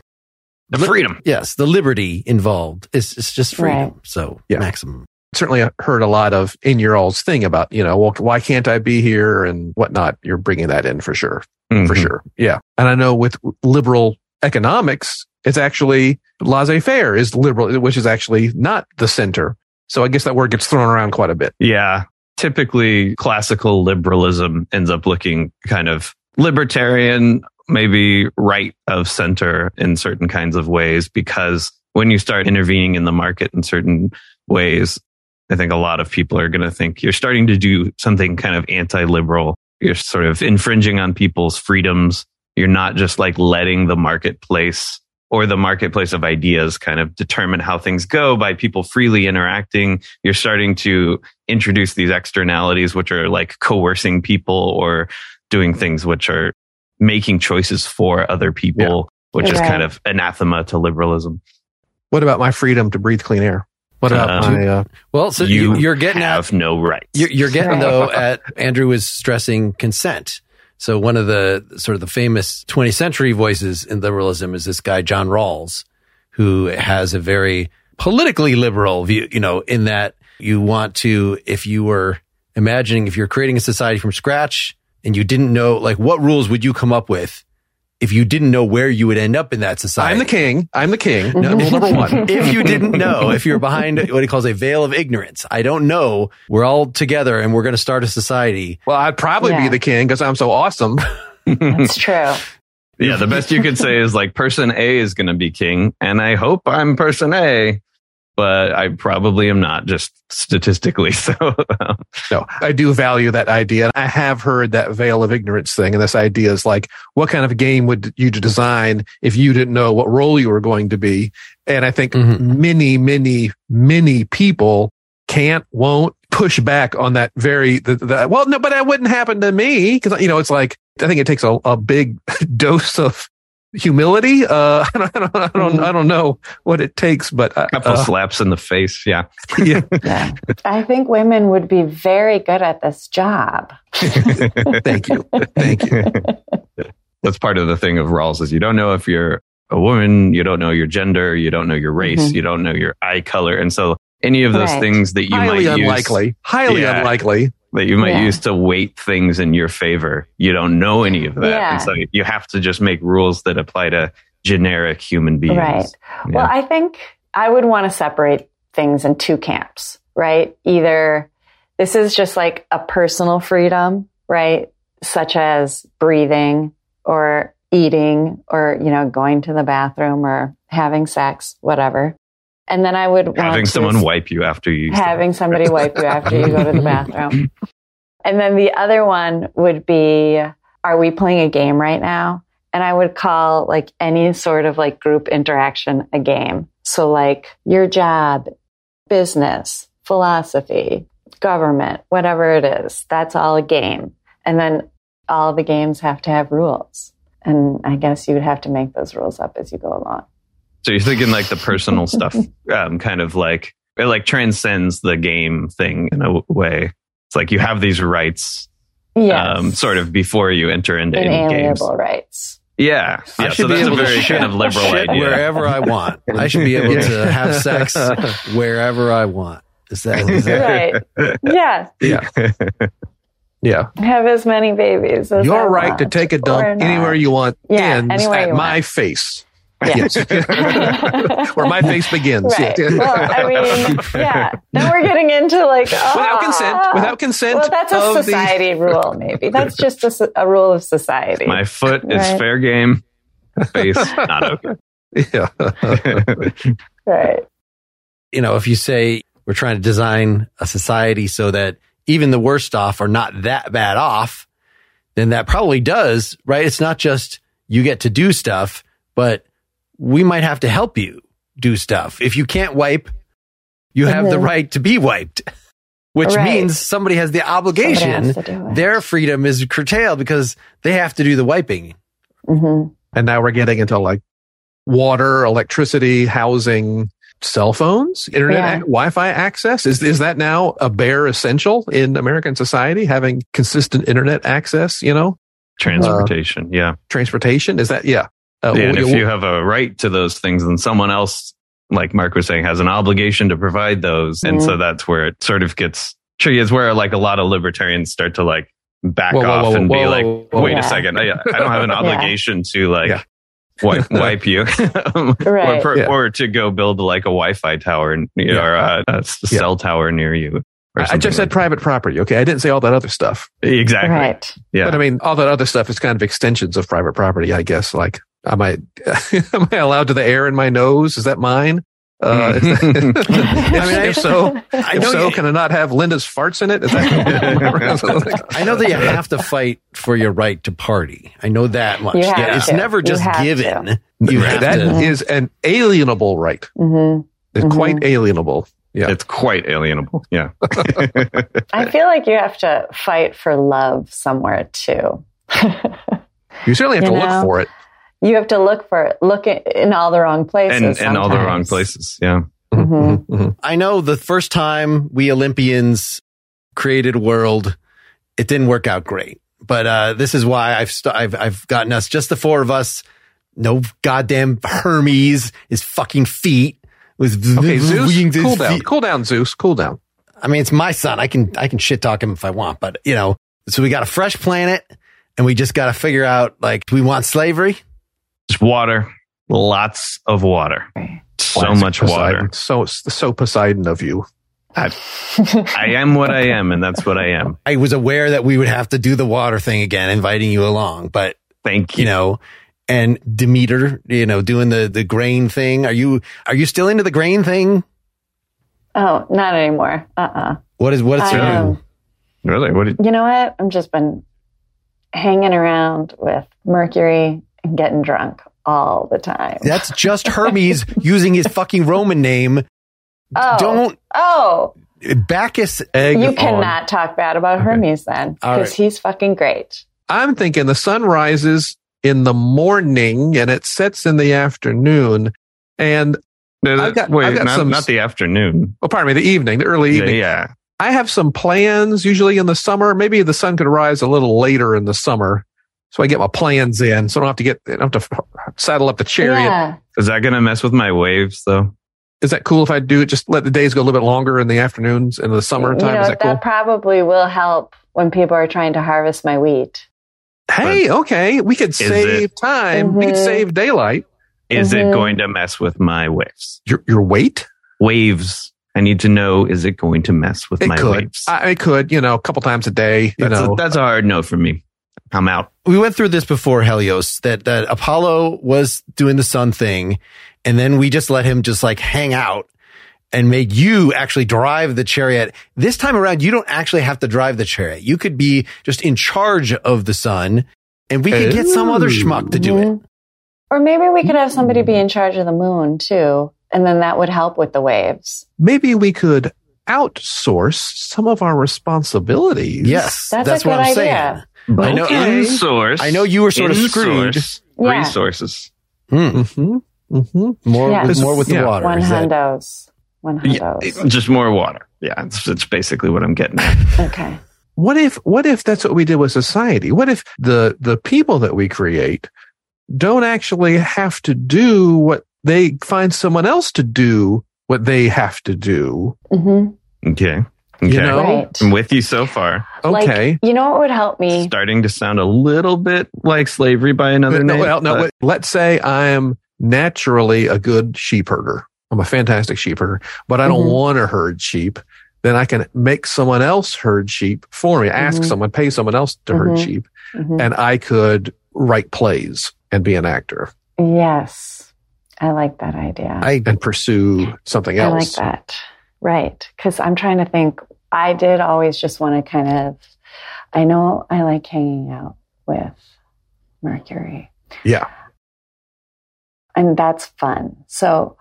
[SPEAKER 6] The freedom.
[SPEAKER 4] Yes, the liberty involved. It's, it's just freedom.
[SPEAKER 5] Right.
[SPEAKER 4] So
[SPEAKER 3] Yeah.
[SPEAKER 4] maximum.
[SPEAKER 3] certainly uh, heard a lot of in your all's thing about, you know, well, why can't I be here and whatnot. You're bringing that in for sure.
[SPEAKER 6] Mm-hmm.
[SPEAKER 3] for sure. Yeah. And I know with liberal economics, it's actually laissez faire is liberal, which is actually not the center. So I guess that word gets thrown around quite a bit.
[SPEAKER 6] Yeah. Typically, classical liberalism ends up looking kind of libertarian, maybe right of center in certain kinds of ways, because when you start intervening in the market in certain ways, I think a lot of people are going to think you're starting to do something kind of anti liberal. You're sort of infringing on people's freedoms. You're not just like letting the marketplace or the marketplace of ideas kind of determine how things go by people freely interacting. You're starting to introduce these externalities, which are like coercing people or doing things which are making choices for other people, which is
[SPEAKER 5] Right.
[SPEAKER 6] kind of anathema to liberalism.
[SPEAKER 3] What about my freedom to breathe clean air?
[SPEAKER 4] What about
[SPEAKER 6] Um,
[SPEAKER 4] you?
[SPEAKER 3] I, uh,
[SPEAKER 4] Well, so you,
[SPEAKER 6] you
[SPEAKER 4] you're getting at
[SPEAKER 6] Have no rights.
[SPEAKER 4] You're, you're getting
[SPEAKER 5] Right.
[SPEAKER 4] though at Andrew is stressing consent. So one of the sort of the famous 20th century voices in liberalism is this guy John Rawls, who has a very politically liberal view. You know, in that you want to, if you were imagining, if you're creating a society from scratch and you didn't know, like, what rules would you come up with if you didn't know where you would end up in that society?
[SPEAKER 3] I'm the king. I'm the king. Rule number one.
[SPEAKER 4] if you didn't know, if you're behind what he calls a veil of ignorance, I don't know. We're all together and we're going to start a society.
[SPEAKER 3] Well, I'd probably be
[SPEAKER 5] Yeah.
[SPEAKER 3] the king because I'm so awesome.
[SPEAKER 5] That's true.
[SPEAKER 6] Yeah, the best you could say is like person A is going to be king, and I hope I'm person A, but I probably am not just statistically. So, um,
[SPEAKER 3] No, I do value that idea. I have heard that veil of ignorance thing. And this idea is like, what kind of game would you design if you didn't know what role you were going to be? And I think
[SPEAKER 5] Mm-hmm.
[SPEAKER 4] Mhm.
[SPEAKER 3] many, many, many people can't, won't push back on that very, the, the, well, no, but that wouldn't happen to me. Cause, you know, it's like, I think it takes a, a big dose of humility. Uh, I don't, I don't, I don't, I don't know what it takes, but I,
[SPEAKER 6] a Mm-hmm. couple
[SPEAKER 3] uh,
[SPEAKER 6] slaps in the face. Yeah.
[SPEAKER 3] yeah,
[SPEAKER 5] Yeah. I think women would be very good at this job.
[SPEAKER 3] thank you. Thank you.
[SPEAKER 6] That's part of the thing of Rawls is you don't know if you're a woman, you don't know your gender, you don't know your race,
[SPEAKER 3] Mm-hmm.
[SPEAKER 5] Mhm.
[SPEAKER 6] you don't know your eye color. And so any of those
[SPEAKER 5] Right.
[SPEAKER 6] things that you
[SPEAKER 3] highly
[SPEAKER 6] might
[SPEAKER 3] unlikely.
[SPEAKER 6] use
[SPEAKER 3] Highly
[SPEAKER 6] Yeah.
[SPEAKER 3] unlikely.
[SPEAKER 6] that you might
[SPEAKER 5] Yeah.
[SPEAKER 6] use to weight things in your favor, you don't know any of that.
[SPEAKER 5] Yeah.
[SPEAKER 6] And so you have to just make rules that apply to generic human beings.
[SPEAKER 5] Right.
[SPEAKER 6] Yeah.
[SPEAKER 5] Well, I think I would want to separate things in two camps, right? Either this is just like a personal freedom, right? Such as breathing or eating or, you know, going to the bathroom or having sex, whatever. And then I would want
[SPEAKER 6] having
[SPEAKER 5] to
[SPEAKER 6] someone wipe you after you use the
[SPEAKER 5] having somebody wipe you after you go to the bathroom. And then the other one would be are we playing a game right now? And I would call like any sort of like group interaction a game. So like your job, business, philosophy, government, whatever it is, that's all a game. And then all the games have to have rules. And I guess you would have to make those rules up as you go along.
[SPEAKER 6] So you're thinking like the personal stuff, um, kind of like it like transcends the game thing in a w- way. It's like you have these rights,
[SPEAKER 5] Yes.
[SPEAKER 6] um, sort of before you enter into any games.
[SPEAKER 5] inalienable rights.
[SPEAKER 6] Yeah,
[SPEAKER 4] I
[SPEAKER 6] yeah.
[SPEAKER 4] should
[SPEAKER 6] So
[SPEAKER 4] be
[SPEAKER 6] that's a
[SPEAKER 4] able to
[SPEAKER 6] very
[SPEAKER 4] shit-
[SPEAKER 6] kind of liberal
[SPEAKER 4] shit
[SPEAKER 6] idea.
[SPEAKER 4] Wherever I want, I should be able
[SPEAKER 3] Yeah.
[SPEAKER 4] to have sex wherever I want. Is that, is that
[SPEAKER 5] Right. Yeah.
[SPEAKER 3] Yeah.
[SPEAKER 5] Have as many babies as I
[SPEAKER 3] Your right to
[SPEAKER 5] want,
[SPEAKER 3] take a
[SPEAKER 5] or
[SPEAKER 3] dump
[SPEAKER 5] not.
[SPEAKER 3] anywhere you want
[SPEAKER 5] Yeah,
[SPEAKER 3] ends
[SPEAKER 5] anywhere
[SPEAKER 3] at
[SPEAKER 5] you
[SPEAKER 3] my
[SPEAKER 5] want.
[SPEAKER 3] face.
[SPEAKER 5] Yeah.
[SPEAKER 3] Yes. Where my face begins.
[SPEAKER 5] Right.
[SPEAKER 3] Yeah.
[SPEAKER 5] Well, I mean, yeah. Now we're getting into like ah.
[SPEAKER 3] without consent. Without consent.
[SPEAKER 5] Well, that's
[SPEAKER 3] of
[SPEAKER 5] a
[SPEAKER 3] the-
[SPEAKER 5] society rule, maybe. That's just a, s- a rule of society.
[SPEAKER 6] My foot is
[SPEAKER 5] Right.
[SPEAKER 6] fair game. Face not
[SPEAKER 3] yeah.
[SPEAKER 6] okay.
[SPEAKER 5] right.
[SPEAKER 4] you know, if you say we're trying to design a society so that even the worst off are not that bad off, then that probably does, right? It's not just you get to do stuff, but we might have to help you do stuff. If you can't wipe, you have the
[SPEAKER 5] Mhm.
[SPEAKER 4] right to be wiped, which
[SPEAKER 5] Right.
[SPEAKER 4] means somebody has the
[SPEAKER 5] Somebody
[SPEAKER 4] obligation.
[SPEAKER 5] has to do it.
[SPEAKER 4] Their freedom is curtailed because they have to do the wiping.
[SPEAKER 5] Mhm.
[SPEAKER 3] And now we're getting into like water, electricity, housing, cell phones, internet,
[SPEAKER 5] Yeah.
[SPEAKER 3] ac- Wi-Fi access. Is is that now a bare essential in American society? Having consistent internet access, you know,
[SPEAKER 6] Transportation. yeah.
[SPEAKER 3] transportation. Is that yeah? Uh,
[SPEAKER 6] Yeah, and
[SPEAKER 3] w-
[SPEAKER 6] if you have a right to those things, then someone else, like Mark was saying, has an obligation to
[SPEAKER 3] Mm.
[SPEAKER 6] provide those. And so that's where it sort of gets tricky. It's where like a lot of libertarians start to like back
[SPEAKER 3] Whoa, whoa,
[SPEAKER 6] off
[SPEAKER 3] whoa,
[SPEAKER 6] and be
[SPEAKER 3] whoa,
[SPEAKER 6] like,
[SPEAKER 3] whoa, whoa.
[SPEAKER 6] wait
[SPEAKER 5] Yeah.
[SPEAKER 6] a second, I, I don't have an
[SPEAKER 5] Yeah.
[SPEAKER 6] obligation to like
[SPEAKER 3] Yeah.
[SPEAKER 6] wipe, wipe you, or,
[SPEAKER 5] Right.
[SPEAKER 6] per,
[SPEAKER 3] Yeah.
[SPEAKER 6] or to go build like a Wi-Fi tower n- you know,
[SPEAKER 3] Yeah. Uh,
[SPEAKER 6] or a, a s-
[SPEAKER 3] Yeah.
[SPEAKER 6] cell tower near you.
[SPEAKER 3] I
[SPEAKER 6] Or
[SPEAKER 3] just said
[SPEAKER 6] something like
[SPEAKER 3] private property. Okay, I didn't say all that other stuff.
[SPEAKER 6] that. exactly.
[SPEAKER 5] Right.
[SPEAKER 6] Yeah.
[SPEAKER 3] But I mean, all that other stuff is kind of extensions of private property, I guess. Like, am I am I allowed to the air in my nose? Is that mine? Uh, is that- if, if so,
[SPEAKER 4] I
[SPEAKER 6] Mm-hmm.
[SPEAKER 3] if
[SPEAKER 4] know
[SPEAKER 3] so,
[SPEAKER 4] you-
[SPEAKER 3] can I not have Linda's farts in it? Is that
[SPEAKER 4] I know that you have to fight for your right to party. I know that much.
[SPEAKER 5] You have
[SPEAKER 4] Yeah, it's
[SPEAKER 5] to.
[SPEAKER 4] never
[SPEAKER 5] You
[SPEAKER 4] just
[SPEAKER 5] have
[SPEAKER 4] given.
[SPEAKER 5] to.
[SPEAKER 4] You have
[SPEAKER 3] that
[SPEAKER 4] to.
[SPEAKER 3] is an alienable right.
[SPEAKER 5] Mhm.
[SPEAKER 3] It's
[SPEAKER 4] Mm-hmm.
[SPEAKER 5] Mhm.
[SPEAKER 3] Quite alienable. Yeah.
[SPEAKER 6] It's quite alienable. Yeah.
[SPEAKER 5] I feel like you have to fight for love somewhere too.
[SPEAKER 3] You certainly have
[SPEAKER 5] You
[SPEAKER 3] to
[SPEAKER 5] know?
[SPEAKER 3] look for it.
[SPEAKER 5] you have to look for it, look in, in all the wrong places.
[SPEAKER 6] and and all the wrong
[SPEAKER 5] sometimes.
[SPEAKER 6] places. Yeah.
[SPEAKER 5] Mhm.
[SPEAKER 3] Mhm, mhm.
[SPEAKER 4] I know the first time we Olympians created a world, it didn't work out great. But uh, this is why I've, st- I've I've gotten us just the four of us. No goddamn Hermes is fucking feet was
[SPEAKER 3] Okay, Zeus, cool down, cool down, Zeus, cool down.
[SPEAKER 4] I mean, it's my son. I can I can shit talk him if I want, but you know. So we got a fresh planet, and we just got to figure out like, do we want slavery?
[SPEAKER 6] Just water. Lots of water. So
[SPEAKER 3] Classic
[SPEAKER 6] much
[SPEAKER 3] Poseidon.
[SPEAKER 6] water.
[SPEAKER 3] So so Poseidon of you.
[SPEAKER 6] I am what I am, and that's what I am.
[SPEAKER 4] I was aware that we would have to do the water thing again, inviting you along, but
[SPEAKER 6] Thank
[SPEAKER 4] you
[SPEAKER 6] you.
[SPEAKER 4] know, and Demeter, you know, doing the the grain thing. Are you are you still into the grain thing?
[SPEAKER 5] Oh, not anymore. Uh uh
[SPEAKER 4] What is what is
[SPEAKER 5] I
[SPEAKER 4] your
[SPEAKER 5] am.
[SPEAKER 6] Really? What did
[SPEAKER 5] You know what? I'm just been hanging around with Mercury and getting drunk all the time.
[SPEAKER 4] That's just Hermes using his fucking Roman name.
[SPEAKER 5] Oh,
[SPEAKER 4] Don't
[SPEAKER 5] Oh,
[SPEAKER 4] Bacchus. uh, oh,
[SPEAKER 3] Egg
[SPEAKER 5] you
[SPEAKER 3] on.
[SPEAKER 5] cannot talk bad about Hermes then,
[SPEAKER 4] All
[SPEAKER 5] because he's fucking great.
[SPEAKER 3] I'm thinking the sun rises in the morning and it sets in the afternoon. And
[SPEAKER 6] No,
[SPEAKER 3] I've
[SPEAKER 6] that,
[SPEAKER 3] got-
[SPEAKER 6] wait,
[SPEAKER 3] I've got
[SPEAKER 6] not,
[SPEAKER 3] some-
[SPEAKER 6] not the afternoon.
[SPEAKER 3] oh, pardon me, the evening, the early
[SPEAKER 6] Yeah,
[SPEAKER 3] evening.
[SPEAKER 6] yeah.
[SPEAKER 3] I have some plans usually in the summer. Maybe the sun could rise a little later in the summer. So I get my plans in. So I don't have to get, I don't have to saddle up the chariot.
[SPEAKER 5] Yeah.
[SPEAKER 6] Is that going to mess with my waves, though?
[SPEAKER 3] Is that cool if I do it? Just let the days go a little bit longer in the afternoons and the
[SPEAKER 5] You know,
[SPEAKER 3] summertime. Is
[SPEAKER 5] that,
[SPEAKER 3] that cool?
[SPEAKER 5] probably will help when people are trying to harvest my wheat.
[SPEAKER 3] hey, okay. We could save
[SPEAKER 6] it-
[SPEAKER 3] time. We could
[SPEAKER 5] Mhm.
[SPEAKER 3] save daylight.
[SPEAKER 6] Is
[SPEAKER 5] Mhm.
[SPEAKER 6] it going to mess with my waves?
[SPEAKER 3] Your, your weight?
[SPEAKER 6] Waves. I need to know, is it going to mess with
[SPEAKER 3] It
[SPEAKER 6] my
[SPEAKER 3] could.
[SPEAKER 6] waves?
[SPEAKER 3] I, it could, you know, a couple times a day. You
[SPEAKER 6] that's,
[SPEAKER 3] know,
[SPEAKER 6] a, that's a hard no for me. I'm out.
[SPEAKER 4] We went through this before Helios that that Apollo was doing the sun thing, and then we just let him just like hang out and make you actually drive the chariot. This time around, you don't actually have to drive the chariot. You could be just in charge of the sun, and we could get some other schmuck to do it.
[SPEAKER 5] Mhm. Or maybe we could have somebody be in charge of the moon too, and then that would help with the waves.
[SPEAKER 3] maybe we could outsource some of our responsibilities.
[SPEAKER 4] Yes,
[SPEAKER 5] That's
[SPEAKER 4] that's,
[SPEAKER 5] a
[SPEAKER 4] what
[SPEAKER 5] good
[SPEAKER 4] I'm
[SPEAKER 5] idea.
[SPEAKER 4] saying. I know.
[SPEAKER 6] In source.
[SPEAKER 4] I know you were sort of
[SPEAKER 6] in
[SPEAKER 4] screwed.
[SPEAKER 6] source,
[SPEAKER 5] Yeah.
[SPEAKER 6] Resources.
[SPEAKER 4] Mm,
[SPEAKER 3] hmm hmm
[SPEAKER 4] more,
[SPEAKER 5] Yeah.
[SPEAKER 4] with, more with the
[SPEAKER 3] Yeah.
[SPEAKER 4] water.
[SPEAKER 5] One
[SPEAKER 4] is that-
[SPEAKER 5] hundos. One
[SPEAKER 6] Yeah,
[SPEAKER 5] hundos.
[SPEAKER 6] just more water. Yeah, that's, that's basically what I'm getting at.
[SPEAKER 5] Okay.
[SPEAKER 3] What if what if that's what we did with society? What if the the people that we create don't actually have to do what they find someone else to do what they have to do?
[SPEAKER 5] hmm
[SPEAKER 6] Okay. Okay.
[SPEAKER 3] You know?
[SPEAKER 5] Right.
[SPEAKER 6] I'm with you so far.
[SPEAKER 3] Okay.
[SPEAKER 5] Like, you know what would help me?
[SPEAKER 6] Starting to sound a little bit like slavery by another
[SPEAKER 3] no,
[SPEAKER 6] name. Uh,
[SPEAKER 3] well, no,
[SPEAKER 6] but-
[SPEAKER 3] wait. let's say I am naturally a good sheep herder. I'm a fantastic sheep herder, but I don't
[SPEAKER 5] Mhm.
[SPEAKER 3] want to herd sheep. Then I can make someone else herd sheep for me. Ask
[SPEAKER 5] Mhm.
[SPEAKER 3] someone, pay someone else to herd
[SPEAKER 5] Mhm.
[SPEAKER 3] sheep,
[SPEAKER 5] Mhm.
[SPEAKER 3] and I could write plays and be an actor.
[SPEAKER 5] Mm-hmm. Yes. I like that idea.
[SPEAKER 3] I and pursue something
[SPEAKER 5] I like
[SPEAKER 3] else.
[SPEAKER 5] that. Right. Because I'm trying to think, I did always just want to kind of, I know I like hanging out with Mercury.
[SPEAKER 3] Yeah.
[SPEAKER 5] and that's fun. So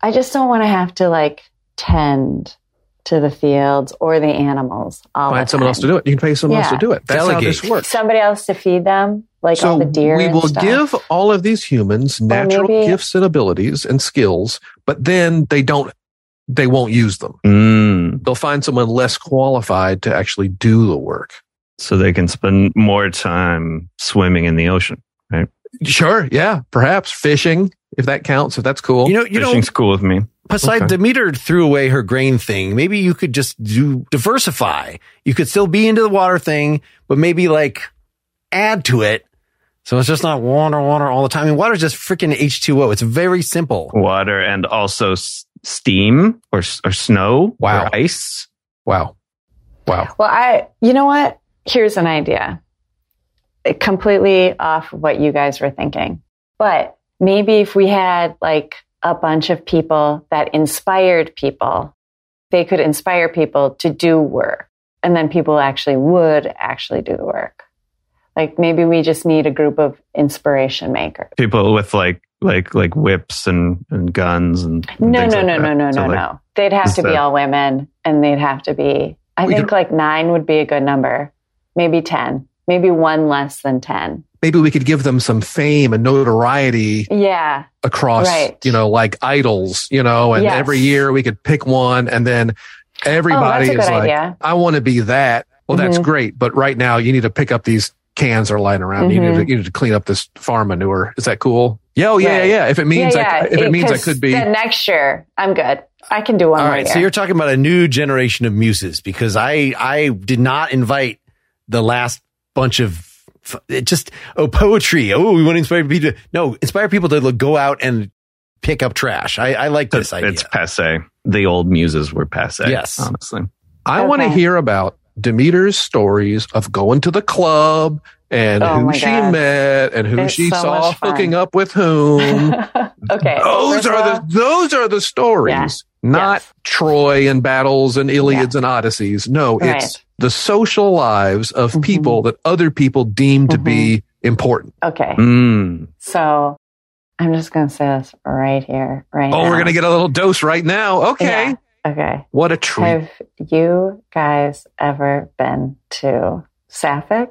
[SPEAKER 5] I just don't want to have to like tend to the fields or the animals all
[SPEAKER 3] Find
[SPEAKER 5] the
[SPEAKER 3] someone else to do it. You can pay someone else to
[SPEAKER 5] Yeah.
[SPEAKER 3] do it. That's how this
[SPEAKER 4] Delegate.
[SPEAKER 3] works.
[SPEAKER 5] Somebody else to feed them, like
[SPEAKER 3] so
[SPEAKER 5] all the deer.
[SPEAKER 3] we
[SPEAKER 5] and
[SPEAKER 3] will
[SPEAKER 5] stuff.
[SPEAKER 3] give all of these humans natural
[SPEAKER 5] maybe-
[SPEAKER 3] gifts and abilities and skills, but then they don't. They won't use them.
[SPEAKER 6] Mm,
[SPEAKER 3] They'll find someone less qualified to actually do the work.
[SPEAKER 6] so they can spend more time swimming in the ocean.
[SPEAKER 3] Sure, yeah, perhaps fishing if that counts. If that's cool.
[SPEAKER 4] You know, you know,
[SPEAKER 6] Fishing's cool with me.
[SPEAKER 4] Besides,
[SPEAKER 3] Okay.
[SPEAKER 4] Demeter threw away her grain thing. Maybe you could just do diversify. You could still be into the water thing, but maybe like add to it. So it's just not water, water all the time. And water's just freaking H2O. It's very simple.
[SPEAKER 6] water and also s- steam or s- or snow
[SPEAKER 3] Wow.
[SPEAKER 6] or ice.
[SPEAKER 3] Wow. Wow.
[SPEAKER 5] Well, I, you know what? Here's an idea. It completely off what you guys were thinking. But maybe if we had like a bunch of people that inspired people, they could inspire people to do work. And then people actually would actually do the work. Like maybe we just need a group of inspiration makers.
[SPEAKER 6] People with like like like whips and, and guns and and
[SPEAKER 5] No,
[SPEAKER 6] things
[SPEAKER 5] no,
[SPEAKER 6] like
[SPEAKER 5] no,
[SPEAKER 6] that.
[SPEAKER 5] no, no,
[SPEAKER 6] So,
[SPEAKER 5] no,
[SPEAKER 6] like,
[SPEAKER 5] no. They'd have
[SPEAKER 6] is
[SPEAKER 5] to be
[SPEAKER 6] that-
[SPEAKER 5] all women and they'd have to be, I
[SPEAKER 3] We
[SPEAKER 5] think like nine would be a good number, maybe 10, maybe one less than 10.
[SPEAKER 3] Maybe we could give them some fame and notoriety
[SPEAKER 5] Yeah.
[SPEAKER 3] across,
[SPEAKER 5] Right.
[SPEAKER 3] you know, like idols, you know, and
[SPEAKER 5] Yes.
[SPEAKER 3] every year we could pick one and then everybody
[SPEAKER 5] oh,
[SPEAKER 3] is
[SPEAKER 5] that's a good
[SPEAKER 3] like,
[SPEAKER 5] idea.
[SPEAKER 3] I want to be that. Well, that's
[SPEAKER 5] Mhm.
[SPEAKER 3] great. But right now you need to pick up these cans that are lying around. You, need to, you need to clean up this farm manure. Is that cool? Yeah. Oh, yeah,
[SPEAKER 5] Mm-hmm. Right.
[SPEAKER 3] yeah. If it means, I, if it, means I
[SPEAKER 5] 'cause
[SPEAKER 3] could be,
[SPEAKER 5] then next year, I'm good. I can do one
[SPEAKER 4] All
[SPEAKER 5] more
[SPEAKER 4] right.
[SPEAKER 5] year.
[SPEAKER 4] So you're talking about a new generation of muses because I, I did not invite the last bunch of f- it just, oh, poetry. Oh, we want to inspire people to, no, inspire people to go out and pick up trash. I, I like this idea.
[SPEAKER 6] It's passe. The old muses were passe.
[SPEAKER 4] Yes.
[SPEAKER 6] honestly.
[SPEAKER 3] I want to
[SPEAKER 5] Okay.
[SPEAKER 3] hear about Demeter's stories of going to the club and
[SPEAKER 5] Oh
[SPEAKER 3] who
[SPEAKER 5] my
[SPEAKER 3] she
[SPEAKER 5] God.
[SPEAKER 3] met and who
[SPEAKER 5] It's
[SPEAKER 3] she
[SPEAKER 5] so
[SPEAKER 3] saw
[SPEAKER 5] much fun.
[SPEAKER 3] hooking up with whom.
[SPEAKER 5] okay.
[SPEAKER 3] those
[SPEAKER 5] Eh, first
[SPEAKER 3] are
[SPEAKER 5] of all-
[SPEAKER 3] the those are the stories, not
[SPEAKER 5] Yes.
[SPEAKER 3] Troy and battles and Iliads and Odysseys. No,
[SPEAKER 5] Right.
[SPEAKER 3] it's the social lives of
[SPEAKER 5] Mhm.
[SPEAKER 3] people that other people deem to be
[SPEAKER 5] Mm-hmm.
[SPEAKER 3] important.
[SPEAKER 5] Okay.
[SPEAKER 6] Mm.
[SPEAKER 5] So I'm just going to say this right here, right
[SPEAKER 3] Oh,
[SPEAKER 5] now.
[SPEAKER 3] we're gonna get a little dose right now. Okay,
[SPEAKER 5] Yeah. Okay.
[SPEAKER 3] what a treat!
[SPEAKER 5] Have you guys ever been to Sapphic?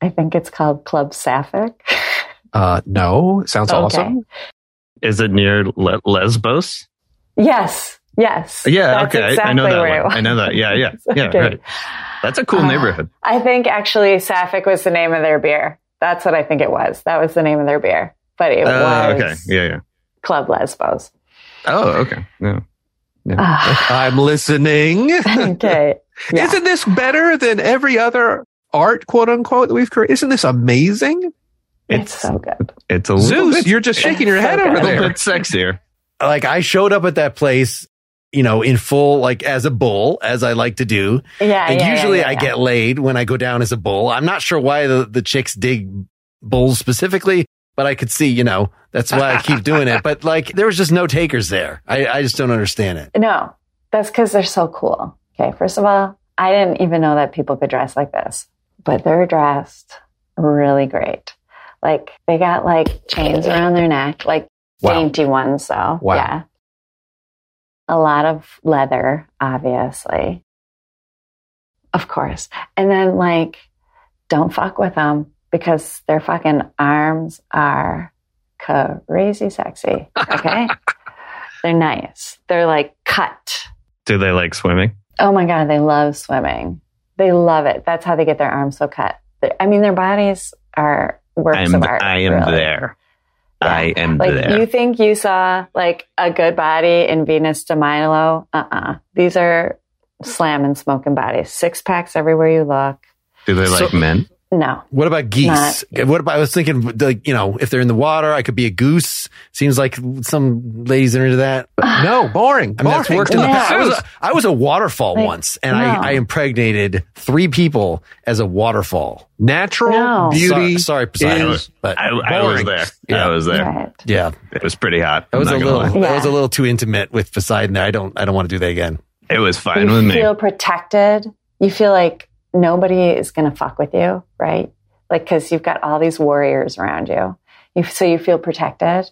[SPEAKER 5] I think it's called Club Sapphic.
[SPEAKER 3] Uh, no, sounds
[SPEAKER 5] Oh, Okay.
[SPEAKER 3] awesome.
[SPEAKER 6] Is it near Le- Lesbos?
[SPEAKER 5] Yes. Yes.
[SPEAKER 6] Yeah,
[SPEAKER 5] That's
[SPEAKER 6] okay. I- I know
[SPEAKER 5] exactly
[SPEAKER 6] that
[SPEAKER 5] where it
[SPEAKER 6] one. I know that. Yeah, yeah,
[SPEAKER 5] was.
[SPEAKER 6] yeah,
[SPEAKER 5] Okay.
[SPEAKER 6] right. That's a cool
[SPEAKER 5] Uh,
[SPEAKER 6] neighborhood.
[SPEAKER 5] I think actually Sapphic was the name of their beer. That's what I think it was. That was the name of their beer. But it
[SPEAKER 6] Uh,
[SPEAKER 5] was
[SPEAKER 6] okay. Yeah, yeah.
[SPEAKER 5] Club Lesbos.
[SPEAKER 6] Oh, okay. Yeah.
[SPEAKER 5] Ah,
[SPEAKER 3] I'm listening.
[SPEAKER 5] okay. Yeah.
[SPEAKER 3] Isn't this better than every other art, quote unquote, that we've created? Isn't this amazing?
[SPEAKER 5] It's,
[SPEAKER 6] It's
[SPEAKER 5] so good.
[SPEAKER 6] it's a little
[SPEAKER 3] Zeus,
[SPEAKER 6] bit,
[SPEAKER 3] you're just shaking your
[SPEAKER 5] It's so
[SPEAKER 3] head
[SPEAKER 5] good.
[SPEAKER 3] over
[SPEAKER 6] a little
[SPEAKER 3] there.
[SPEAKER 6] bit sexier.
[SPEAKER 4] like I showed up at that place, you know, in full, like as a bull, as I like to do.
[SPEAKER 5] Yeah.
[SPEAKER 4] And
[SPEAKER 5] Ah, yeah, yeah,
[SPEAKER 4] usually
[SPEAKER 5] yeah,
[SPEAKER 4] I
[SPEAKER 5] yeah.
[SPEAKER 4] get laid when I go down as a bull. I'm not sure why the, the chicks dig bulls specifically, but I could see, you know, that's why I keep doing it. But like there was just no takers there. I, I just don't understand it.
[SPEAKER 5] No, that's because they're so cool. Okay, first of all, I didn't even know that people could dress like this, but they're dressed really great. Like they got like chains around their neck, like
[SPEAKER 3] Wow.
[SPEAKER 5] dainty ones though.
[SPEAKER 3] Wow.
[SPEAKER 5] Yeah. A lot of leather, obviously. Of course. And then like don't fuck with them because their fucking arms are crazy sexy. Okay? They're nice. They're like cut.
[SPEAKER 6] Do they like swimming?
[SPEAKER 5] Oh my God, they love swimming. They love it. That's how they get their arms so cut. They- I mean, their bodies are works
[SPEAKER 6] I'm,
[SPEAKER 5] of art.
[SPEAKER 6] I am
[SPEAKER 5] really.
[SPEAKER 6] there.
[SPEAKER 5] Yeah.
[SPEAKER 6] I am
[SPEAKER 5] Like
[SPEAKER 6] there.
[SPEAKER 5] you think you saw like a good body in Venus de Milo? Uh uh These are slamming, smoking bodies. Six packs everywhere you look.
[SPEAKER 6] Do they like men?
[SPEAKER 5] No,
[SPEAKER 4] What about geese? What about, I was thinking, like, you know, if they're in the water, I could be a goose. Seems like some ladies are into that.
[SPEAKER 3] No, boring.
[SPEAKER 4] I mean,
[SPEAKER 3] boring.
[SPEAKER 4] that's worked in the
[SPEAKER 5] Yeah.
[SPEAKER 4] past. I was a, I was a waterfall
[SPEAKER 5] Like,
[SPEAKER 4] once and
[SPEAKER 5] no.
[SPEAKER 4] I, I impregnated three people as a waterfall.
[SPEAKER 3] Natural
[SPEAKER 5] No.
[SPEAKER 4] Sorry,
[SPEAKER 3] beauty.
[SPEAKER 4] sorry Poseidon,
[SPEAKER 6] is-
[SPEAKER 4] but
[SPEAKER 6] I, I was
[SPEAKER 4] boring.
[SPEAKER 6] there.
[SPEAKER 4] Yeah.
[SPEAKER 6] I was there.
[SPEAKER 5] right.
[SPEAKER 4] Yeah,
[SPEAKER 6] It was pretty hot.
[SPEAKER 4] that was a
[SPEAKER 6] I'm not gonna
[SPEAKER 4] little.
[SPEAKER 6] lie.
[SPEAKER 5] lie.
[SPEAKER 4] That was a
[SPEAKER 5] Yeah.
[SPEAKER 4] little too intimate with Poseidon. There, I don't. I don't want to do that again.
[SPEAKER 6] It was fine
[SPEAKER 5] you
[SPEAKER 6] with me.
[SPEAKER 5] feel protected. You feel like nobody is going to fuck with you, right? Like, because you've got all these warriors around you. you. So you feel protected.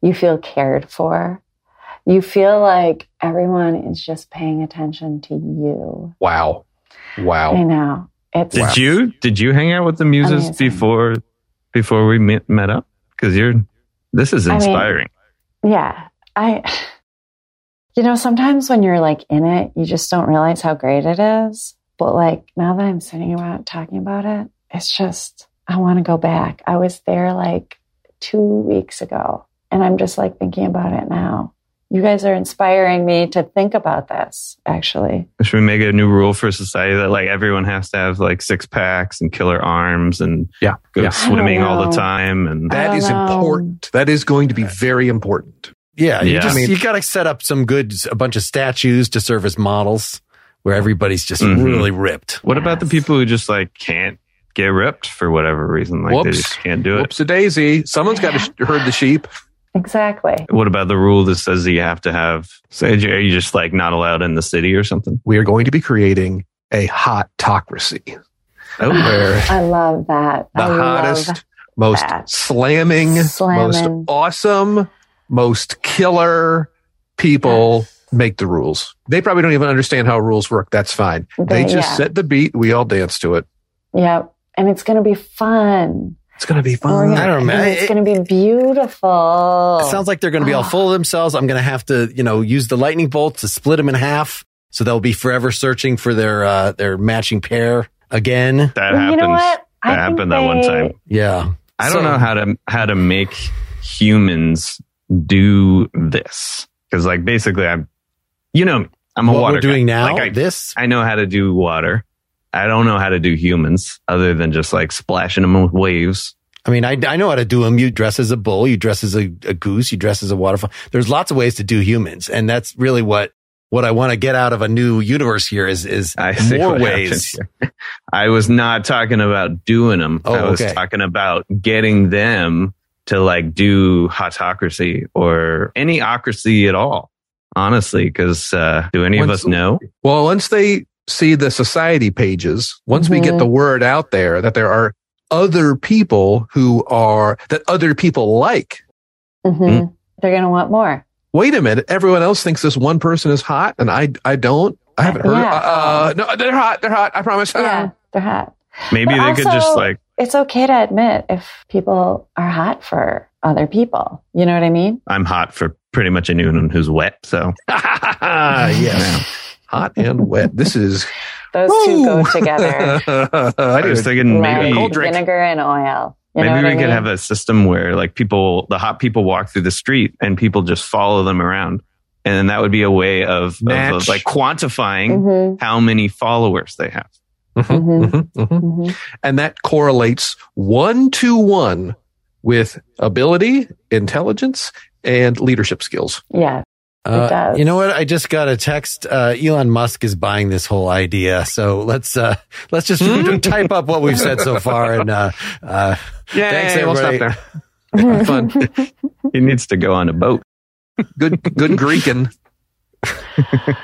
[SPEAKER 5] You feel cared for. You feel like everyone is just paying attention to you.
[SPEAKER 3] Wow.
[SPEAKER 5] I
[SPEAKER 3] Wow.
[SPEAKER 5] know. It's
[SPEAKER 6] Did you did you hang out with the muses
[SPEAKER 5] Amazing.
[SPEAKER 6] before before we met, met up? Because you're this is
[SPEAKER 5] I mean-
[SPEAKER 6] inspiring.
[SPEAKER 5] Yeah. I, you know, sometimes when you're like in it, you just don't realize how great it is. But like now that I'm sitting around talking about it, it's just, I want to go back. I was there like two weeks ago and I'm just like thinking about it now. You guys are inspiring me to think about this, actually.
[SPEAKER 6] Should we make a new rule for society that like everyone has to have like six packs and killer arms and
[SPEAKER 3] Yeah.
[SPEAKER 6] go
[SPEAKER 3] yeah.
[SPEAKER 6] swimming all
[SPEAKER 5] know.
[SPEAKER 6] the time? And
[SPEAKER 5] I
[SPEAKER 3] That
[SPEAKER 5] don't
[SPEAKER 3] is
[SPEAKER 5] know.
[SPEAKER 3] important. That is going to be very important.
[SPEAKER 4] Yeah, you
[SPEAKER 6] Yeah.
[SPEAKER 4] just
[SPEAKER 6] I mean-
[SPEAKER 4] you got to set up some good a bunch of statues to serve as models where everybody's just
[SPEAKER 6] Mhm.
[SPEAKER 4] really ripped.
[SPEAKER 6] what about the people who just like can't get ripped for whatever reason? Like they
[SPEAKER 3] Whoops.
[SPEAKER 6] just can't do it.
[SPEAKER 3] Whoops a daisy. Someone's got to sh- herd the sheep.
[SPEAKER 5] Exactly.
[SPEAKER 6] What about the rule that says that you have to have? Say, are you just like not allowed in the city or something?
[SPEAKER 3] We are going to be creating a hotocracy where
[SPEAKER 5] I love that.
[SPEAKER 3] the
[SPEAKER 5] I love
[SPEAKER 3] hottest, most
[SPEAKER 5] that.
[SPEAKER 3] slamming,
[SPEAKER 5] Slamming.
[SPEAKER 3] most awesome, most killer people make the rules. They probably don't even understand how rules work. That's fine. They
[SPEAKER 5] They-
[SPEAKER 3] just
[SPEAKER 5] yeah.
[SPEAKER 3] set the beat. We all dance to it.
[SPEAKER 5] Yep. And it's going to be fun.
[SPEAKER 3] It's going to be
[SPEAKER 5] We're
[SPEAKER 3] fun.
[SPEAKER 5] gonna-
[SPEAKER 4] I don't know,
[SPEAKER 5] and
[SPEAKER 4] man.
[SPEAKER 5] It's going to be beautiful.
[SPEAKER 4] It sounds like they're going to be all full of themselves. I'm going to have to, you know, use the lightning bolt to split them in half. So they'll be forever searching for their uh, their matching pair again.
[SPEAKER 6] That
[SPEAKER 5] Well,
[SPEAKER 6] happens.
[SPEAKER 5] You know what? I
[SPEAKER 6] That
[SPEAKER 5] think
[SPEAKER 6] happened that one
[SPEAKER 5] they-
[SPEAKER 6] time.
[SPEAKER 4] Yeah,
[SPEAKER 6] I don't
[SPEAKER 4] So-
[SPEAKER 6] know how to how to make humans do this because, like, basically, I'm you know me, I'm a
[SPEAKER 4] what
[SPEAKER 6] water
[SPEAKER 4] we're doing
[SPEAKER 6] guy.
[SPEAKER 4] now,
[SPEAKER 6] Like, I,
[SPEAKER 4] this
[SPEAKER 6] I know how to do water. I don't know how to do humans other than just like splashing them with waves.
[SPEAKER 4] I mean, I, I know how to do them. You dress as a bull, you dress as a, a goose, you dress as a waterfall. There's lots of ways to do humans, and that's really what what I want to get out of a new universe here is is
[SPEAKER 6] I see
[SPEAKER 4] more
[SPEAKER 6] what
[SPEAKER 4] ways.
[SPEAKER 6] happened here. I was not talking about doing them.
[SPEAKER 4] Oh,
[SPEAKER 6] I was
[SPEAKER 4] okay.
[SPEAKER 6] talking about getting them to like do hotocracy or any ocracy at all. Honestly, because uh, do any
[SPEAKER 3] Once-
[SPEAKER 6] of us know?
[SPEAKER 3] Well, once they see the society pages, once we get
[SPEAKER 5] Mhm.
[SPEAKER 3] the word out there that there are other people who are that other people like.
[SPEAKER 5] Mhm.
[SPEAKER 6] Hmm?
[SPEAKER 5] They're going to want more.
[SPEAKER 3] Wait a minute, everyone else thinks this one person is hot and I I don't. I haven't heard.
[SPEAKER 5] Yeah.
[SPEAKER 3] Uh, uh, no, they're hot. They're hot. I promise. Ah.
[SPEAKER 5] Yeah. They're hot.
[SPEAKER 6] Maybe
[SPEAKER 5] But
[SPEAKER 6] they could just
[SPEAKER 5] also-
[SPEAKER 6] like
[SPEAKER 5] It's okay to admit if people are hot for other people. You know what I mean?
[SPEAKER 6] I'm hot for pretty much anyone who's wet. So
[SPEAKER 3] yes. Hot and wet. This is.
[SPEAKER 5] Those two go together.
[SPEAKER 3] I
[SPEAKER 6] I was
[SPEAKER 3] didn't-
[SPEAKER 6] thinking maybe
[SPEAKER 5] Like
[SPEAKER 3] Cold drink.
[SPEAKER 5] vinegar and oil. You know
[SPEAKER 6] maybe
[SPEAKER 5] what
[SPEAKER 6] we
[SPEAKER 5] I
[SPEAKER 6] could
[SPEAKER 5] mean?
[SPEAKER 6] have a system where like people, the hot people walk through the street and people just follow them around, and then that would be a way of, of,
[SPEAKER 3] Match.
[SPEAKER 6] of, like quantifying
[SPEAKER 5] Mhm,
[SPEAKER 6] how many followers they have.
[SPEAKER 5] mhm,
[SPEAKER 3] Mhm, mhm.
[SPEAKER 5] mhm.
[SPEAKER 3] And that correlates one to one with ability, intelligence, and leadership skills.
[SPEAKER 5] Yeah.
[SPEAKER 4] Uh,
[SPEAKER 5] does.
[SPEAKER 4] You know what? I just got a text. Uh, Elon Musk is buying this whole idea, so let's uh, let's just
[SPEAKER 6] Hmm?
[SPEAKER 4] type up what we've said so far. And uh, uh,
[SPEAKER 3] Yeah,
[SPEAKER 4] Thanks, everybody.
[SPEAKER 3] Have fun.
[SPEAKER 6] He needs to go on a boat.
[SPEAKER 3] Good, good Greekin.
[SPEAKER 4] not,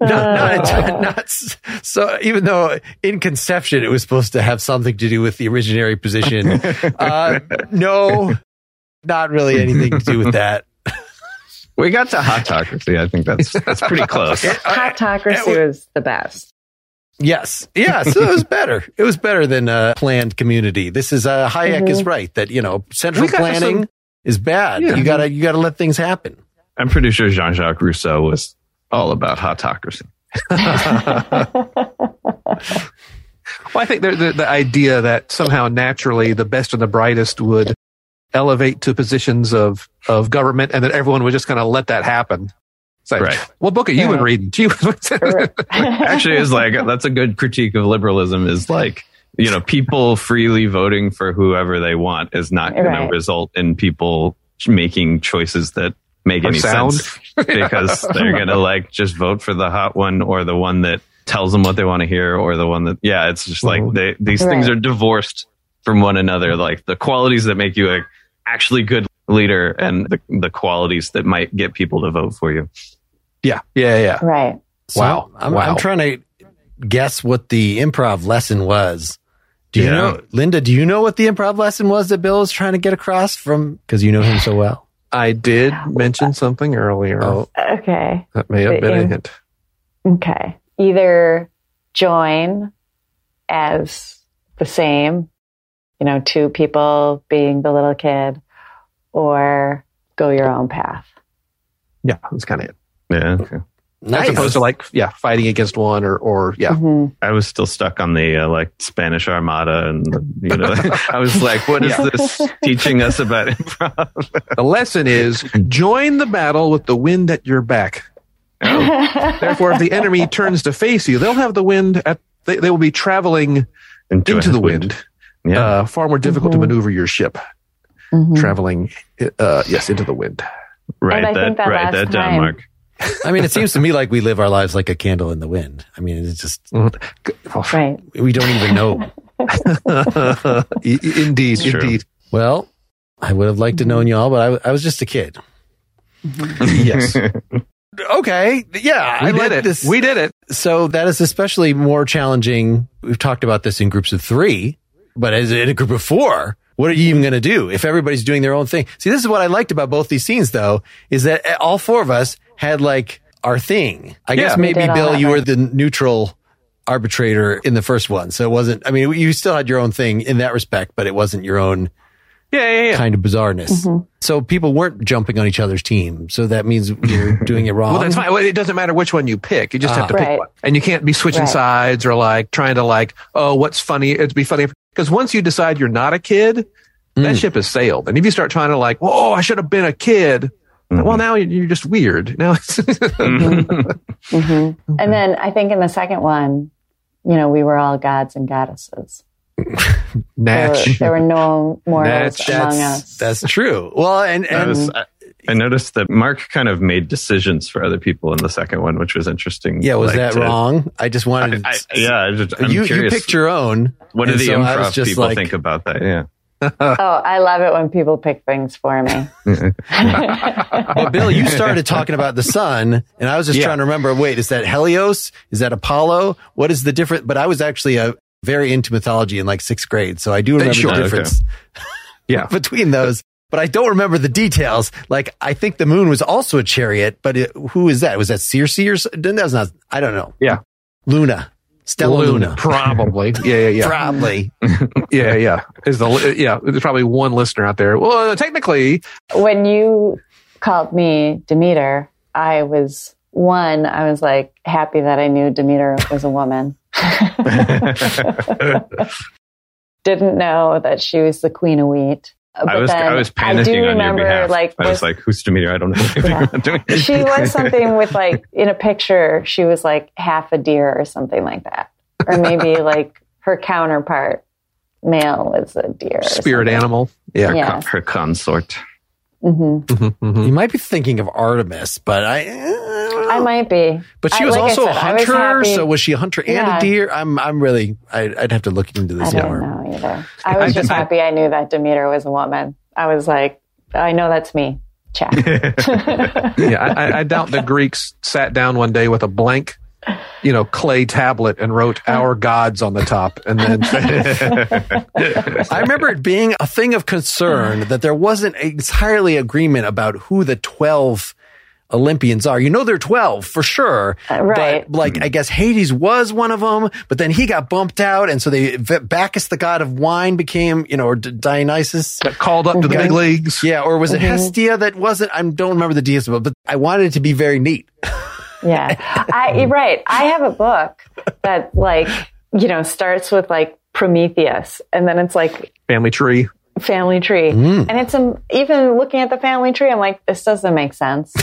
[SPEAKER 4] not, not s- so. Even though in conception it was supposed to have something to do with the originary position, uh, no, not really anything to do with that.
[SPEAKER 6] We got to hotocracy. I think that's that's pretty close.
[SPEAKER 5] Hotocracy was the best.
[SPEAKER 4] Yes. Yes. it was better. It was better than uh, planned community. This is uh, Hayek is right that, you know, central
[SPEAKER 3] Mm-hmm. We got
[SPEAKER 4] planning
[SPEAKER 3] some-
[SPEAKER 4] is bad.
[SPEAKER 3] Yeah.
[SPEAKER 4] You gotta, you gotta let things happen.
[SPEAKER 6] I'm pretty sure Jean-Jacques Rousseau was all about hotocracy.
[SPEAKER 3] Well, I think the, the, the idea that somehow naturally the best and the brightest would elevate to positions of, of government and that everyone would just kind of let that happen. It's like,
[SPEAKER 6] Right.
[SPEAKER 3] what book are you been
[SPEAKER 5] Yeah.
[SPEAKER 3] reading? Gee, what's-
[SPEAKER 6] actually is like that's a good critique of liberalism is like you know people freely voting for whoever they want is not going
[SPEAKER 5] Right.
[SPEAKER 6] to result in people ch- making choices that make
[SPEAKER 3] Or
[SPEAKER 6] any
[SPEAKER 3] sound.
[SPEAKER 6] sense because they're going to like just vote for the hot one or the one that tells them what they want to hear or the one that yeah it's just like
[SPEAKER 3] Mm-hmm.
[SPEAKER 6] they, these things
[SPEAKER 5] Right.
[SPEAKER 6] are divorced from one another like the qualities that make you a actually good leader and the, the qualities that might get people to vote for you
[SPEAKER 3] yeah, yeah, yeah.
[SPEAKER 5] right.
[SPEAKER 3] Wow.
[SPEAKER 4] I'm,
[SPEAKER 3] Wow.
[SPEAKER 4] I'm trying to guess what the improv lesson was. Do you
[SPEAKER 6] Yeah.
[SPEAKER 4] know, Linda, do you know what the improv lesson was that Bill was trying to get across from, cause you know him so well?
[SPEAKER 3] I did mention something earlier.
[SPEAKER 4] Oh.
[SPEAKER 5] Okay.
[SPEAKER 3] that may have been a
[SPEAKER 5] Yeah.
[SPEAKER 3] hint.
[SPEAKER 5] Okay. Either join as the same, you know, two people being the little kid, or go your own path.
[SPEAKER 3] Yeah, that's kind of it.
[SPEAKER 6] yeah okay.
[SPEAKER 2] Nice.
[SPEAKER 3] as opposed to like yeah fighting against one or or yeah
[SPEAKER 5] Mhm.
[SPEAKER 6] I was still stuck on the uh, like Spanish Armada, and you know, I was like, "What is
[SPEAKER 5] Yeah.
[SPEAKER 6] this teaching us about improv?"
[SPEAKER 3] the lesson is join the battle with the wind at your back therefore if the enemy turns to face you they'll have the wind at they, they will be traveling
[SPEAKER 6] Enjoy
[SPEAKER 3] into the wind,
[SPEAKER 6] Yeah,
[SPEAKER 3] Uh, far more difficult
[SPEAKER 4] Mm-hmm.
[SPEAKER 3] to maneuver your ship
[SPEAKER 5] Mhm.
[SPEAKER 3] traveling uh, yes into the wind
[SPEAKER 5] And I
[SPEAKER 6] write
[SPEAKER 5] think
[SPEAKER 6] that,
[SPEAKER 5] that
[SPEAKER 6] write
[SPEAKER 5] last
[SPEAKER 6] that down,
[SPEAKER 5] time-
[SPEAKER 6] Mark.
[SPEAKER 4] I mean, it seems to me like we live our lives like a candle in the wind. I mean, it's just,
[SPEAKER 5] Right.
[SPEAKER 4] we don't even know.
[SPEAKER 3] I- I- indeed
[SPEAKER 6] It's true.
[SPEAKER 3] indeed
[SPEAKER 4] Well, I would have liked to known y'all, but I, w- I was just a kid.
[SPEAKER 3] yes we
[SPEAKER 4] Okay. Yeah. I
[SPEAKER 3] did
[SPEAKER 4] like
[SPEAKER 3] it
[SPEAKER 4] this.
[SPEAKER 3] we did it
[SPEAKER 4] so that is especially more challenging. We've talked about this in groups of three, but as in a group of four, what are you even going to do if everybody's doing their own thing? See, this is what I liked about both these scenes though, is that all four of us had like our thing. I guess
[SPEAKER 3] Yeah. We
[SPEAKER 4] maybe
[SPEAKER 5] did all
[SPEAKER 4] Bill,
[SPEAKER 5] have
[SPEAKER 4] you
[SPEAKER 5] our-
[SPEAKER 4] were the neutral arbitrator in the first one. So it wasn't, I mean, you still had your own thing in that respect, but it wasn't your own
[SPEAKER 3] yeah yeah Mm-hmm. yeah
[SPEAKER 4] kind of bizarreness. So people weren't jumping on each other's team. So that means you're doing it wrong.
[SPEAKER 3] Well, that's fine. Well, It doesn't matter which one you pick. You just have to
[SPEAKER 5] Right.
[SPEAKER 3] pick one, and you can't be switching
[SPEAKER 5] Right.
[SPEAKER 3] sides or like trying to like, oh, what's funny? It'd be funny because once you decide you're not a kid, that ship has sailed. And if you start trying to like, oh, I should have been a kid. Well, now you- you're just weird. Now, it's
[SPEAKER 6] Mm-hmm.
[SPEAKER 5] Mhm. And then I think in the second one, you know, we were all gods and goddesses. There were,
[SPEAKER 3] Natch.
[SPEAKER 5] there were no mortals
[SPEAKER 3] Natch.
[SPEAKER 5] among
[SPEAKER 4] That's,
[SPEAKER 5] us.
[SPEAKER 4] that's true. Well, and,
[SPEAKER 6] I,
[SPEAKER 4] and
[SPEAKER 6] was, I, I noticed that Mark kind of made decisions for other people in the second one, which was interesting.
[SPEAKER 4] Yeah, was
[SPEAKER 6] Like,
[SPEAKER 4] that
[SPEAKER 6] to-
[SPEAKER 4] wrong? I just wanted.
[SPEAKER 6] I, yeah, I just, I'm
[SPEAKER 4] you
[SPEAKER 6] curious.
[SPEAKER 4] you picked your own.
[SPEAKER 6] what do
[SPEAKER 4] and
[SPEAKER 6] the
[SPEAKER 4] so I was
[SPEAKER 6] improv
[SPEAKER 4] just
[SPEAKER 6] people
[SPEAKER 4] like-
[SPEAKER 6] think about that? Yeah,
[SPEAKER 5] Oh, I love it when people pick things for me.
[SPEAKER 4] Well, Bill, you started talking about the sun, and I was just
[SPEAKER 3] Yeah.
[SPEAKER 4] trying to remember. Wait, is that Helios? Is that Apollo? What is the difference? But I was actually a very into mythology in like sixth grade, so I do remember
[SPEAKER 3] sure,
[SPEAKER 4] the
[SPEAKER 6] okay.
[SPEAKER 4] difference
[SPEAKER 3] Yeah.
[SPEAKER 4] between those. But I don't remember the details. Like I think the moon was also a chariot, but it, who is that? Was that Circe or s- that was not? I don't know.
[SPEAKER 3] Yeah.
[SPEAKER 4] Luna, Stella Luna,
[SPEAKER 3] Probably. Yeah, yeah, yeah.
[SPEAKER 4] probably.
[SPEAKER 3] yeah, yeah. Is the li- yeah, there's probably one listener out there. Well, uh, technically,
[SPEAKER 5] when you called me Demeter, I was one, I was like happy that I knew Demeter was a woman. Didn't know that she was the queen of wheat. Uh,
[SPEAKER 6] I
[SPEAKER 5] but
[SPEAKER 6] was
[SPEAKER 5] then
[SPEAKER 6] I was panicking on your behalf.
[SPEAKER 5] Like,
[SPEAKER 6] I was
[SPEAKER 5] was-
[SPEAKER 6] like, "Who's Demeter? I don't know anything
[SPEAKER 5] Yeah.
[SPEAKER 6] about Demeter."
[SPEAKER 5] she was something with like in a picture, she was like half a deer or something like that, or maybe like her counterpart male was a deer. or
[SPEAKER 3] spirit
[SPEAKER 5] something.
[SPEAKER 3] animal. Yeah.
[SPEAKER 5] Yeah.
[SPEAKER 6] Co- her consort.
[SPEAKER 5] hmm
[SPEAKER 3] Mhm, mhm.
[SPEAKER 1] mm-hmm.
[SPEAKER 4] You might be thinking of Artemis, but I.
[SPEAKER 5] I might be,
[SPEAKER 4] But she
[SPEAKER 5] I-
[SPEAKER 4] was
[SPEAKER 5] like I
[SPEAKER 4] also
[SPEAKER 5] said, I
[SPEAKER 4] a
[SPEAKER 5] was
[SPEAKER 4] hunter,
[SPEAKER 5] happy-
[SPEAKER 4] so was she a hunter and
[SPEAKER 5] Yeah.
[SPEAKER 4] a deer? I'm I'm really I, I'd have to look into
[SPEAKER 5] I
[SPEAKER 4] this
[SPEAKER 5] don't
[SPEAKER 4] more.
[SPEAKER 5] know either. I was
[SPEAKER 3] I-
[SPEAKER 5] just
[SPEAKER 3] I-
[SPEAKER 5] happy I knew that Demeter was a woman. I was like, I know that's me. Check.
[SPEAKER 3] yeah, I, I- I doubt the Greeks sat down one day with a blank, you know, clay tablet and wrote "our gods" on the top, and then
[SPEAKER 4] I remember it being a thing of concern that there wasn't entirely agreement about who the twelve Olympians are. You know they're twelve for sure,
[SPEAKER 5] Uh, right.
[SPEAKER 4] But like I guess Hades was one of them, but then he got bumped out, and so they Bacchus, the god of wine, became you know or D- Dionysus.
[SPEAKER 3] got called up to the big leagues.
[SPEAKER 4] Yeah, or was it Hestia that wasn't? I don't remember the details, but but I wanted it to be very neat.
[SPEAKER 5] yeah. I, you're right. I have a book that like, you know, starts with like Prometheus and then it's like
[SPEAKER 3] Family tree.
[SPEAKER 5] family tree. And it's um, even looking at the family tree, I'm like, this doesn't make sense.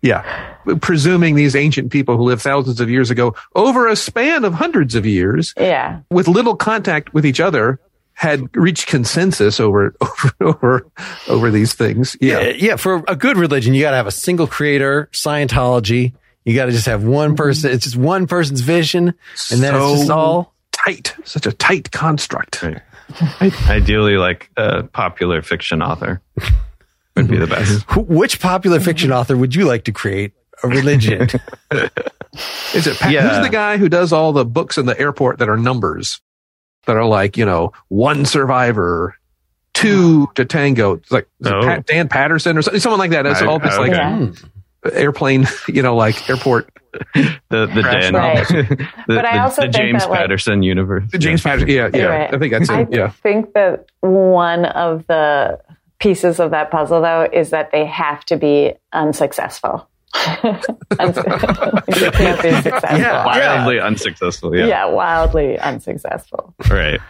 [SPEAKER 3] Yeah, presuming these ancient people who lived thousands of years ago, over a span of hundreds of years,
[SPEAKER 5] Yeah.
[SPEAKER 3] with little contact with each other, had reached consensus over over over over these things.
[SPEAKER 4] Yeah.
[SPEAKER 3] Yeah,
[SPEAKER 4] Uh, yeah, for a good religion, you got to have a single creator, Scientology. You got to just have one person. It's just one person's vision, and then
[SPEAKER 3] So-
[SPEAKER 4] it's just all.
[SPEAKER 3] tight, such a tight construct.
[SPEAKER 6] Right. Ideally, like a popular fiction author would be the best.
[SPEAKER 4] Who, which popular fiction author would you like to create a religion?
[SPEAKER 3] Is it Pat?
[SPEAKER 6] Yeah.
[SPEAKER 3] Who's the guy who does all the books in the airport that are numbers that are like, you know, one survivor, two to tango? It's like is it
[SPEAKER 6] Hmm. Oh.
[SPEAKER 3] Pat, Dan Patterson or something, someone like that. It's
[SPEAKER 6] I-
[SPEAKER 3] all just like
[SPEAKER 6] okay.
[SPEAKER 5] Yeah.
[SPEAKER 3] airplane, you know, like airport.
[SPEAKER 6] The the
[SPEAKER 3] Crash
[SPEAKER 6] Dan,
[SPEAKER 5] Right.
[SPEAKER 6] the,
[SPEAKER 5] But I
[SPEAKER 6] the-
[SPEAKER 5] also
[SPEAKER 6] the
[SPEAKER 5] think
[SPEAKER 6] James
[SPEAKER 5] that, like-
[SPEAKER 6] Patterson universe.
[SPEAKER 3] James Patterson. Yeah, yeah.
[SPEAKER 5] Right.
[SPEAKER 3] I think that's
[SPEAKER 5] I
[SPEAKER 3] it. Yeah.
[SPEAKER 5] think that one of the pieces of that puzzle, though, is that they have to be unsuccessful. Uns- they can't be successful.
[SPEAKER 6] wildly unsuccessful.
[SPEAKER 5] Yeah.
[SPEAKER 6] Yeah,
[SPEAKER 5] wildly unsuccessful.
[SPEAKER 6] right.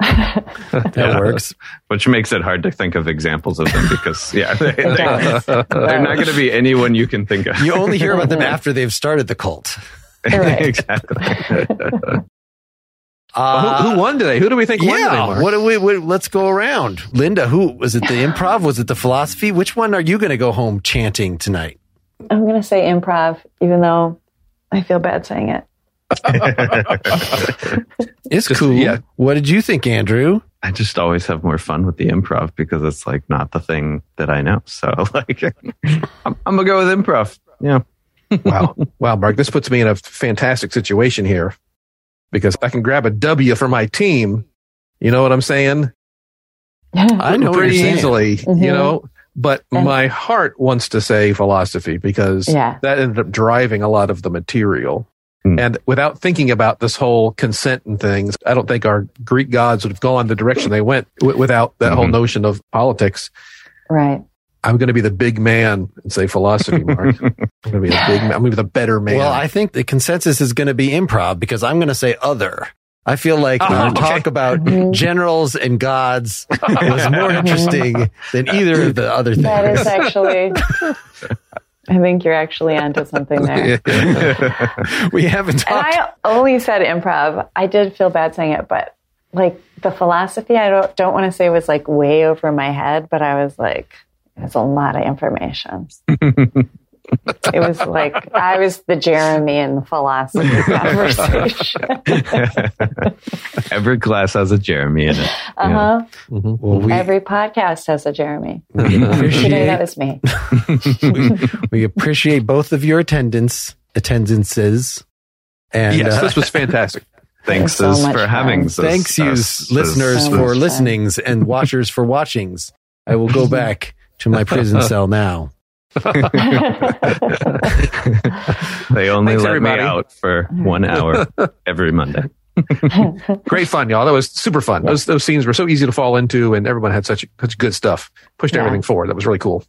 [SPEAKER 1] That
[SPEAKER 6] Yeah.
[SPEAKER 1] works.
[SPEAKER 6] Which makes it hard to think of examples of them because yeah, they,
[SPEAKER 5] It
[SPEAKER 6] they,
[SPEAKER 5] does.
[SPEAKER 6] they're not going to be anyone you can think of.
[SPEAKER 1] You only hear about them after they've started the cult.
[SPEAKER 5] Right.
[SPEAKER 6] exactly.
[SPEAKER 3] Well, who,
[SPEAKER 6] Uh,
[SPEAKER 3] who won today? Who do we think won today,
[SPEAKER 1] Uh, yeah.
[SPEAKER 3] Mark?
[SPEAKER 1] What do we, what, let's go around. Linda, who was it? The improv? Was it the philosophy? Which one are you going to go home chanting tonight?
[SPEAKER 5] I'm going to say improv, even though I feel bad saying it.
[SPEAKER 1] It's
[SPEAKER 3] Just-
[SPEAKER 1] cool.
[SPEAKER 3] yeah.
[SPEAKER 1] What did you think, Andrew?
[SPEAKER 6] I just always have more fun with the improv because it's like not the thing that I know. So like, I'm, I'm gonna go with improv. Yeah.
[SPEAKER 3] wow. Wow, Mark, this puts me in a fantastic situation here because I can grab a W for my team. You know what I'm saying?
[SPEAKER 1] I know what
[SPEAKER 3] Pretty
[SPEAKER 1] you're saying.
[SPEAKER 3] easily,
[SPEAKER 5] Mhm.
[SPEAKER 3] you know? But
[SPEAKER 5] And-
[SPEAKER 3] my heart wants to say philosophy because
[SPEAKER 5] Yeah.
[SPEAKER 3] that ended up driving a lot of the material.
[SPEAKER 6] Hmm.
[SPEAKER 3] And without thinking about this whole consent and things, I don't think our Greek gods would have gone the direction they went w- without that whole
[SPEAKER 6] Mhm.
[SPEAKER 3] notion of politics.
[SPEAKER 5] Right.
[SPEAKER 3] I'm going to be the big man and say philosophy, Mark. I'm going to be the big man. I'm going to be the better man.
[SPEAKER 1] Well, I think the consensus is going to be improv because I'm going to say other. I feel like
[SPEAKER 3] Oh,
[SPEAKER 1] our
[SPEAKER 3] okay.
[SPEAKER 1] talk about
[SPEAKER 5] Mhm.
[SPEAKER 1] generals and gods was more interesting than either of the other things.
[SPEAKER 5] That is actually, I think you're actually onto something there.
[SPEAKER 1] we haven't
[SPEAKER 5] And
[SPEAKER 1] talked.
[SPEAKER 5] I only said improv. I did feel bad saying it, but like the philosophy, I don't don't want to say was like way over my head, but I was like, it's a lot of information. it was like I was the Jeremy in the philosophy conversation.
[SPEAKER 6] Every class has a Jeremy in it.
[SPEAKER 5] Uh-huh.
[SPEAKER 1] Well, we,
[SPEAKER 5] Every podcast has a Jeremy.
[SPEAKER 1] we
[SPEAKER 5] Today that
[SPEAKER 1] appreciate,
[SPEAKER 5] was me.
[SPEAKER 1] we appreciate both of your attendance, attendances. And
[SPEAKER 3] yes,
[SPEAKER 1] uh,
[SPEAKER 3] this was fantastic.
[SPEAKER 6] Thanks
[SPEAKER 5] so much
[SPEAKER 6] for
[SPEAKER 5] fun.
[SPEAKER 6] having us.
[SPEAKER 1] thanks, you
[SPEAKER 6] us-
[SPEAKER 1] listeners,
[SPEAKER 5] so
[SPEAKER 6] us-
[SPEAKER 5] much
[SPEAKER 1] for
[SPEAKER 5] fun.
[SPEAKER 1] listenings and watchers for watchings. I will go back to my prison cell now.
[SPEAKER 6] They only
[SPEAKER 3] Thanks,
[SPEAKER 6] let
[SPEAKER 3] everybody.
[SPEAKER 6] me out for one hour every Monday.
[SPEAKER 3] Great fun, y'all. That was super fun. Those those scenes were so easy to fall into, and everyone had such such good stuff. Pushed
[SPEAKER 5] Yeah.
[SPEAKER 3] everything forward. That was really cool.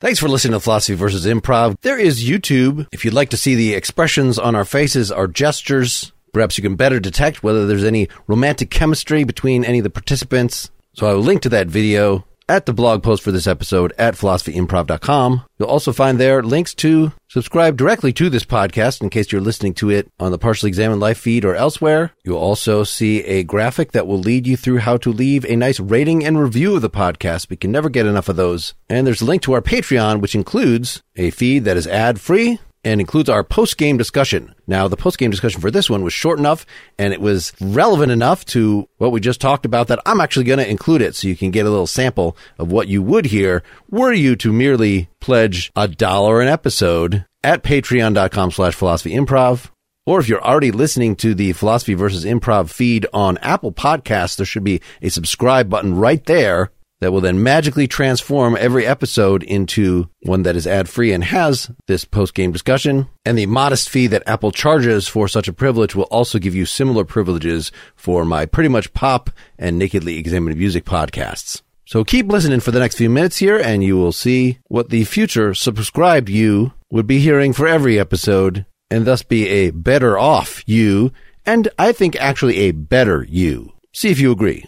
[SPEAKER 1] Thanks for listening to Philosophy versus Improv. There is YouTube. If you'd like to see the expressions on our faces, our gestures, perhaps you can better detect whether there's any romantic chemistry between any of the participants. So I will link to that video at the blog post for this episode at philosophyimprov.com. You'll also find there links to subscribe directly to this podcast in case you're listening to it on the Partially Examined Life feed or elsewhere. You'll also see a graphic that will lead you through how to leave a nice rating and review of the podcast. We can never get enough of those. And there's a link to our Patreon, which includes a feed that is ad free and includes our post game discussion. Now, the post game discussion for this one was short enough and it was relevant enough to what we just talked about that I'm actually going to include it so you can get a little sample of what you would hear were you to merely pledge a dollar an episode at patreon.com slash philosophy improv. Or if you're already listening to the Philosophy versus Improv feed on Apple Podcasts, there should be a subscribe button right there that will then magically transform every episode into one that is ad free and has this post game discussion. And the modest fee that Apple charges for such a privilege will also give you similar privileges for my pretty much pop and nakedly examined music podcasts. So keep listening for the next few minutes here, and you will see what the future subscribed you would be hearing for every episode, and thus be a better off you, and I think actually a better you. See if you agree.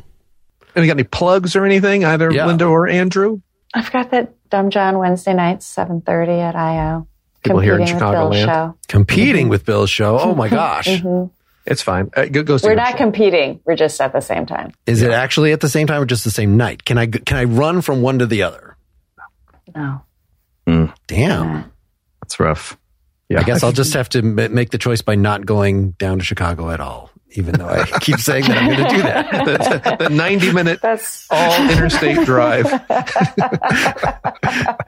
[SPEAKER 3] And you got any plugs or anything, either
[SPEAKER 1] Yeah.
[SPEAKER 3] Linda or Andrew?
[SPEAKER 5] I've got that Dumb John Wednesday nights, seven thirty at IO.
[SPEAKER 3] People here in
[SPEAKER 5] competing with Bill's
[SPEAKER 3] Chicagoland.
[SPEAKER 5] show. Mm-hmm.
[SPEAKER 1] Competing with Bill's show. Oh my gosh.
[SPEAKER 3] It's fine. Uh, go, go see
[SPEAKER 5] We're
[SPEAKER 3] your
[SPEAKER 5] not
[SPEAKER 3] show.
[SPEAKER 5] competing. We're just at the same time.
[SPEAKER 1] Is it actually at the same time or just the same night? Can I can I run from one to the other?
[SPEAKER 5] No.
[SPEAKER 1] Damn.
[SPEAKER 6] That's rough.
[SPEAKER 1] I guess I'll just have to ma- make the choice by not going down to Chicago at all, even though I keep saying that I'm going to do that.
[SPEAKER 3] the, the- the 90 minute
[SPEAKER 5] That's
[SPEAKER 3] all interstate drive. Okay,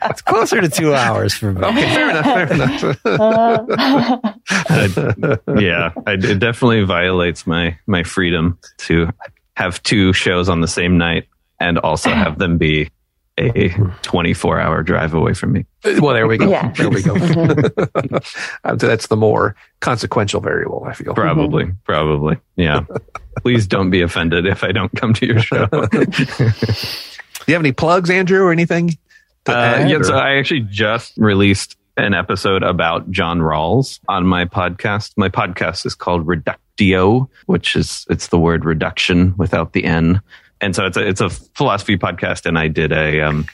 [SPEAKER 1] It's closer to two hours for me.
[SPEAKER 3] fair enough. Fair enough.
[SPEAKER 5] Uh,
[SPEAKER 6] I- yeah, I, it definitely violates my my freedom to have two shows on the same night and also have them be a 24 hour drive away from me.
[SPEAKER 3] Well, there we go.
[SPEAKER 5] Yeah.
[SPEAKER 3] There we go. Uh, That's the more consequential variable, I feel.
[SPEAKER 6] Probably, probably. Yeah. Please don't be offended if I don't come to your show.
[SPEAKER 3] Do you have any plugs, Andrew, or anything? to
[SPEAKER 6] Uh,
[SPEAKER 3] add,
[SPEAKER 6] yeah,
[SPEAKER 3] or-
[SPEAKER 6] so I actually just released an episode about John Rawls on my podcast. My podcast is called Reductio, which is it's the word reduction without the n. And so it's a it's a philosophy podcast, and I did a um,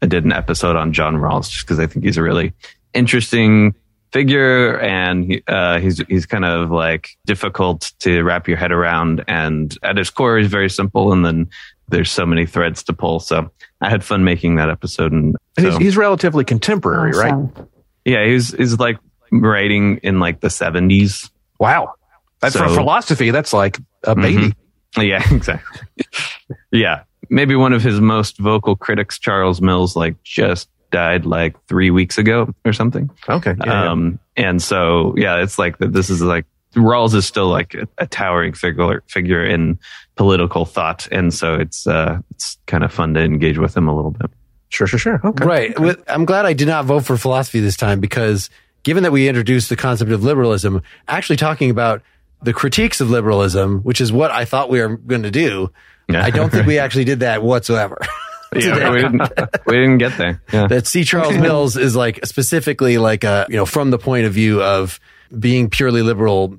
[SPEAKER 6] I did an episode on John Rawls just because I think he's a really interesting figure, and he, uh, he's he's kind of like difficult to wrap your head around. And at his core, he's very simple, and then there's so many threads to pull. So I had fun making that episode, and,
[SPEAKER 3] and he's,
[SPEAKER 6] so-
[SPEAKER 3] he's relatively contemporary, right?
[SPEAKER 5] Awesome.
[SPEAKER 6] yeah, he's he's like writing in like the 70s.
[SPEAKER 3] Wow. That's for
[SPEAKER 6] So- Mm-hmm.
[SPEAKER 3] philosophy. That's like a baby.
[SPEAKER 6] Yeah, exactly. yeah. Maybe one of his most vocal critics, Charles Mills, like just died like three weeks ago or something.
[SPEAKER 3] Okay. yeah, yeah.
[SPEAKER 6] um, and so, yeah, it's like that. This is like Rawls is still like a, a towering figure figure in political thought. And so it's, uh, it's kind of fun to engage with him a little bit.
[SPEAKER 3] Sure, sure, sure. Okay.
[SPEAKER 4] Right. With- I'm glad I did not vote for philosophy this time because given that we introduced the concept of liberalism, actually talking about the critiques of liberalism, which is what I thought we were going to do,
[SPEAKER 6] Yeah.
[SPEAKER 4] I don't think we actually did that whatsoever.
[SPEAKER 6] Yeah, we, didn't, we didn't get there. Yeah.
[SPEAKER 4] that C. Charles Mills is like specifically like a, you know, from the point of view of being purely liberal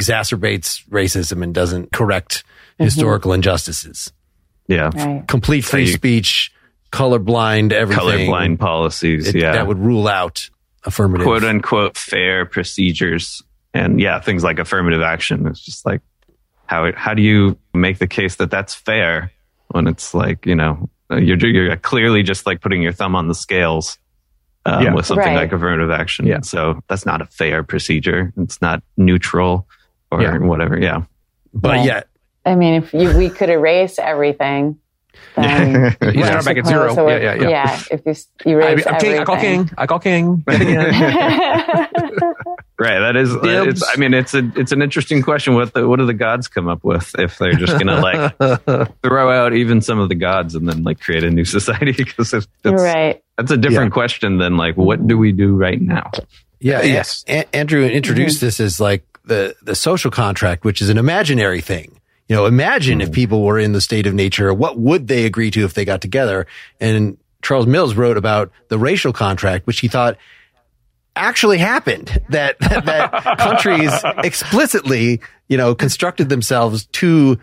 [SPEAKER 4] exacerbates racism and doesn't correct historical injustices.
[SPEAKER 6] Yeah.
[SPEAKER 5] Right.
[SPEAKER 4] Complete free
[SPEAKER 6] you-
[SPEAKER 4] speech, colorblind, everything.
[SPEAKER 6] Colorblind policies.
[SPEAKER 4] It-
[SPEAKER 6] yeah.
[SPEAKER 4] That would rule out affirmative.
[SPEAKER 6] quote unquote fair procedures and yeah things like affirmative action it's just like how how do you make the case that that's fair when it's like you know you're you're clearly just like putting your thumb on the scales um,
[SPEAKER 3] Yeah.
[SPEAKER 6] with something
[SPEAKER 5] Right.
[SPEAKER 6] like affirmative action
[SPEAKER 3] Yeah.
[SPEAKER 6] so that's not a fair procedure it's not neutral or
[SPEAKER 3] Yeah.
[SPEAKER 6] whatever yeah
[SPEAKER 4] but
[SPEAKER 5] Right.
[SPEAKER 4] yet,
[SPEAKER 5] I mean, if you, we could erase everything, then
[SPEAKER 6] Yeah.
[SPEAKER 3] You
[SPEAKER 5] I
[SPEAKER 3] start back at
[SPEAKER 5] suppose
[SPEAKER 3] zero.
[SPEAKER 5] it would-
[SPEAKER 3] Yeah, yeah, yeah.
[SPEAKER 5] If you s- erase
[SPEAKER 3] I, am king. I call
[SPEAKER 5] everything.
[SPEAKER 3] king. I call king.
[SPEAKER 6] Right. That is. that
[SPEAKER 3] Dibs.
[SPEAKER 6] It's, I mean, it's a, it's an interesting question. What the, what do the gods come up with if they're just gonna like throw out even some of the gods and then like create a new society? Because it's, it's,
[SPEAKER 5] right.
[SPEAKER 6] that's a different question than like what do we do right now?
[SPEAKER 4] yeah,
[SPEAKER 3] Yes.
[SPEAKER 4] A- A- Andrew introduced this as like the the social contract, which is an imaginary thing. You know, imagine if people were in the state of nature, what would they agree to if they got together? And Charles Mills wrote about the racial contract, which he thought actually happened that that, that countries explicitly, you know, constructed themselves to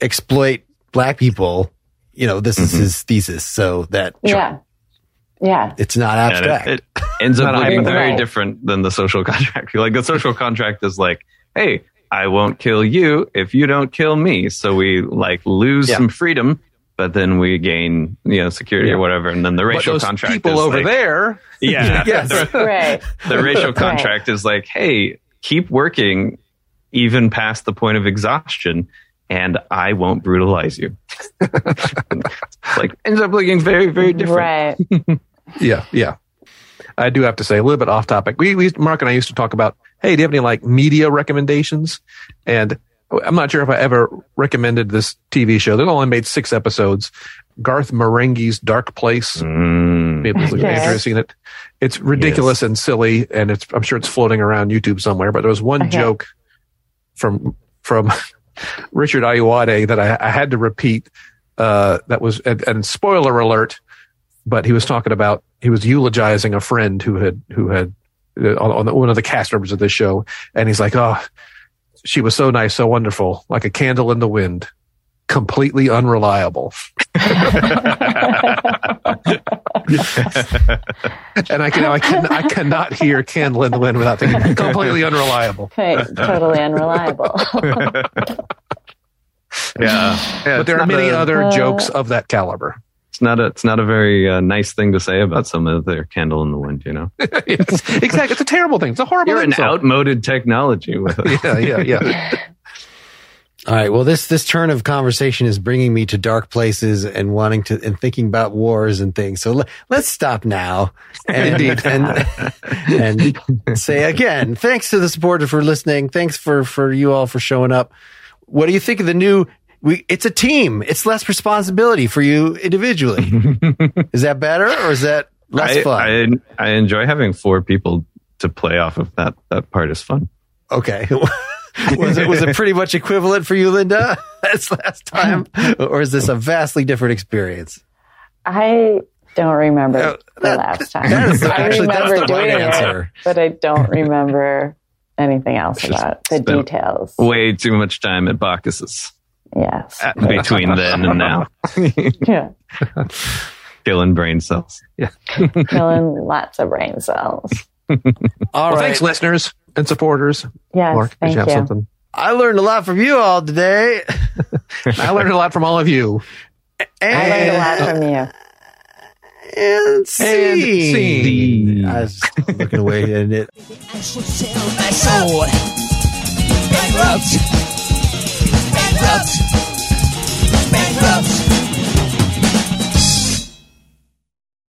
[SPEAKER 4] exploit black people. You know, this is his thesis, so that
[SPEAKER 5] Yeah. Yeah.
[SPEAKER 4] it's not
[SPEAKER 6] And it,
[SPEAKER 4] abstract.
[SPEAKER 6] it ends up
[SPEAKER 3] Not a
[SPEAKER 6] looking
[SPEAKER 5] hypothetical.
[SPEAKER 6] very different than the social contract. Like the social contract is like, hey, I won't kill you if you don't kill me. So we like lose
[SPEAKER 3] Yeah.
[SPEAKER 6] some freedom, but then we gain you know security or whatever. And then the
[SPEAKER 3] But
[SPEAKER 6] racial
[SPEAKER 3] those
[SPEAKER 6] contract
[SPEAKER 3] people
[SPEAKER 6] is
[SPEAKER 3] over
[SPEAKER 6] like-
[SPEAKER 3] there.
[SPEAKER 6] yeah,
[SPEAKER 4] Yes.
[SPEAKER 5] Right.
[SPEAKER 6] the racial contract is like, hey, keep working even past the point of exhaustion, and I won't brutalize you. like ends up looking very, very different.
[SPEAKER 5] Right.
[SPEAKER 3] Yeah, yeah. I do have to say a little bit off topic. We, we Mark and I used to talk about, hey, do you have any like media recommendations? And I'm not sure if I ever recommended this TV show. They only made six episodes. Garth Marenghi's Dark Place.
[SPEAKER 6] Mm.
[SPEAKER 3] Maybe it's
[SPEAKER 5] Okay.
[SPEAKER 3] interesting that it's ridiculous and silly, and it's I'm sure it's floating around YouTube somewhere. But there was one
[SPEAKER 5] Okay.
[SPEAKER 3] joke from from Richard Ayoade that I, I had to repeat. Uh, that was and, and spoiler alert, but he was talking about he was eulogizing a friend who had who had uh, on, on the, one of the cast members of this show, and he's like, oh, she was so nice, so wonderful, like a candle in the wind, completely unreliable. And I can I can I cannot hear candle in the wind without thinking completely unreliable.
[SPEAKER 5] Right. Totally unreliable.
[SPEAKER 6] Yeah. Yeah,
[SPEAKER 3] But
[SPEAKER 6] it's
[SPEAKER 3] there are
[SPEAKER 6] not
[SPEAKER 3] many
[SPEAKER 6] a-
[SPEAKER 3] other
[SPEAKER 5] Uh,
[SPEAKER 3] jokes of that caliber.
[SPEAKER 6] It's not a. It's not a very uh, nice thing to say about some of their candle in the wind. You know,
[SPEAKER 3] Yes, exactly. It's a terrible thing. It's a horrible
[SPEAKER 6] you're an
[SPEAKER 3] insult.
[SPEAKER 6] outmoded technology with it.
[SPEAKER 3] Yeah, yeah, yeah.
[SPEAKER 4] All right. Well, this this turn of conversation is bringing me to dark places and wanting to and thinking about wars and things. So le- let's stop now. And,
[SPEAKER 3] Indeed.
[SPEAKER 4] And, and say again, thanks to the supporter for listening. Thanks for for you all for showing up. What do you think of the new? We it's a team. It's less responsibility for you individually. is that better or is that less
[SPEAKER 6] I,
[SPEAKER 4] fun?
[SPEAKER 6] I I enjoy having four people to play off of. That that part is fun.
[SPEAKER 4] okay. was it was it pretty much equivalent for you, Linda, as last time, or is this a vastly different experience?
[SPEAKER 5] I don't remember
[SPEAKER 4] Uh,
[SPEAKER 5] the
[SPEAKER 4] that-
[SPEAKER 5] last time.
[SPEAKER 4] that is the-
[SPEAKER 5] I
[SPEAKER 4] actually, that's
[SPEAKER 5] remember
[SPEAKER 4] the right
[SPEAKER 5] doing
[SPEAKER 4] answer.
[SPEAKER 5] it, but I don't remember anything else
[SPEAKER 6] Just
[SPEAKER 5] about the
[SPEAKER 6] spent-
[SPEAKER 5] details.
[SPEAKER 6] Way too much time at Bacchus's
[SPEAKER 5] Yes.
[SPEAKER 6] uh, between then and now,
[SPEAKER 5] Yeah.
[SPEAKER 6] killing brain cells.
[SPEAKER 5] Killing lots of brain cells.
[SPEAKER 4] All right,
[SPEAKER 3] well, thanks, listeners and supporters.
[SPEAKER 5] Yes.
[SPEAKER 3] Mark, did
[SPEAKER 5] thank
[SPEAKER 3] you have something?
[SPEAKER 4] I learned a lot from you all today.
[SPEAKER 3] I learned a lot from all of you.
[SPEAKER 5] I
[SPEAKER 4] And,
[SPEAKER 5] learned a lot from you.
[SPEAKER 4] and scene.
[SPEAKER 3] scene.
[SPEAKER 4] I was looking away, and it
[SPEAKER 10] I should sell my soul. Bankrupt. Bankrupt.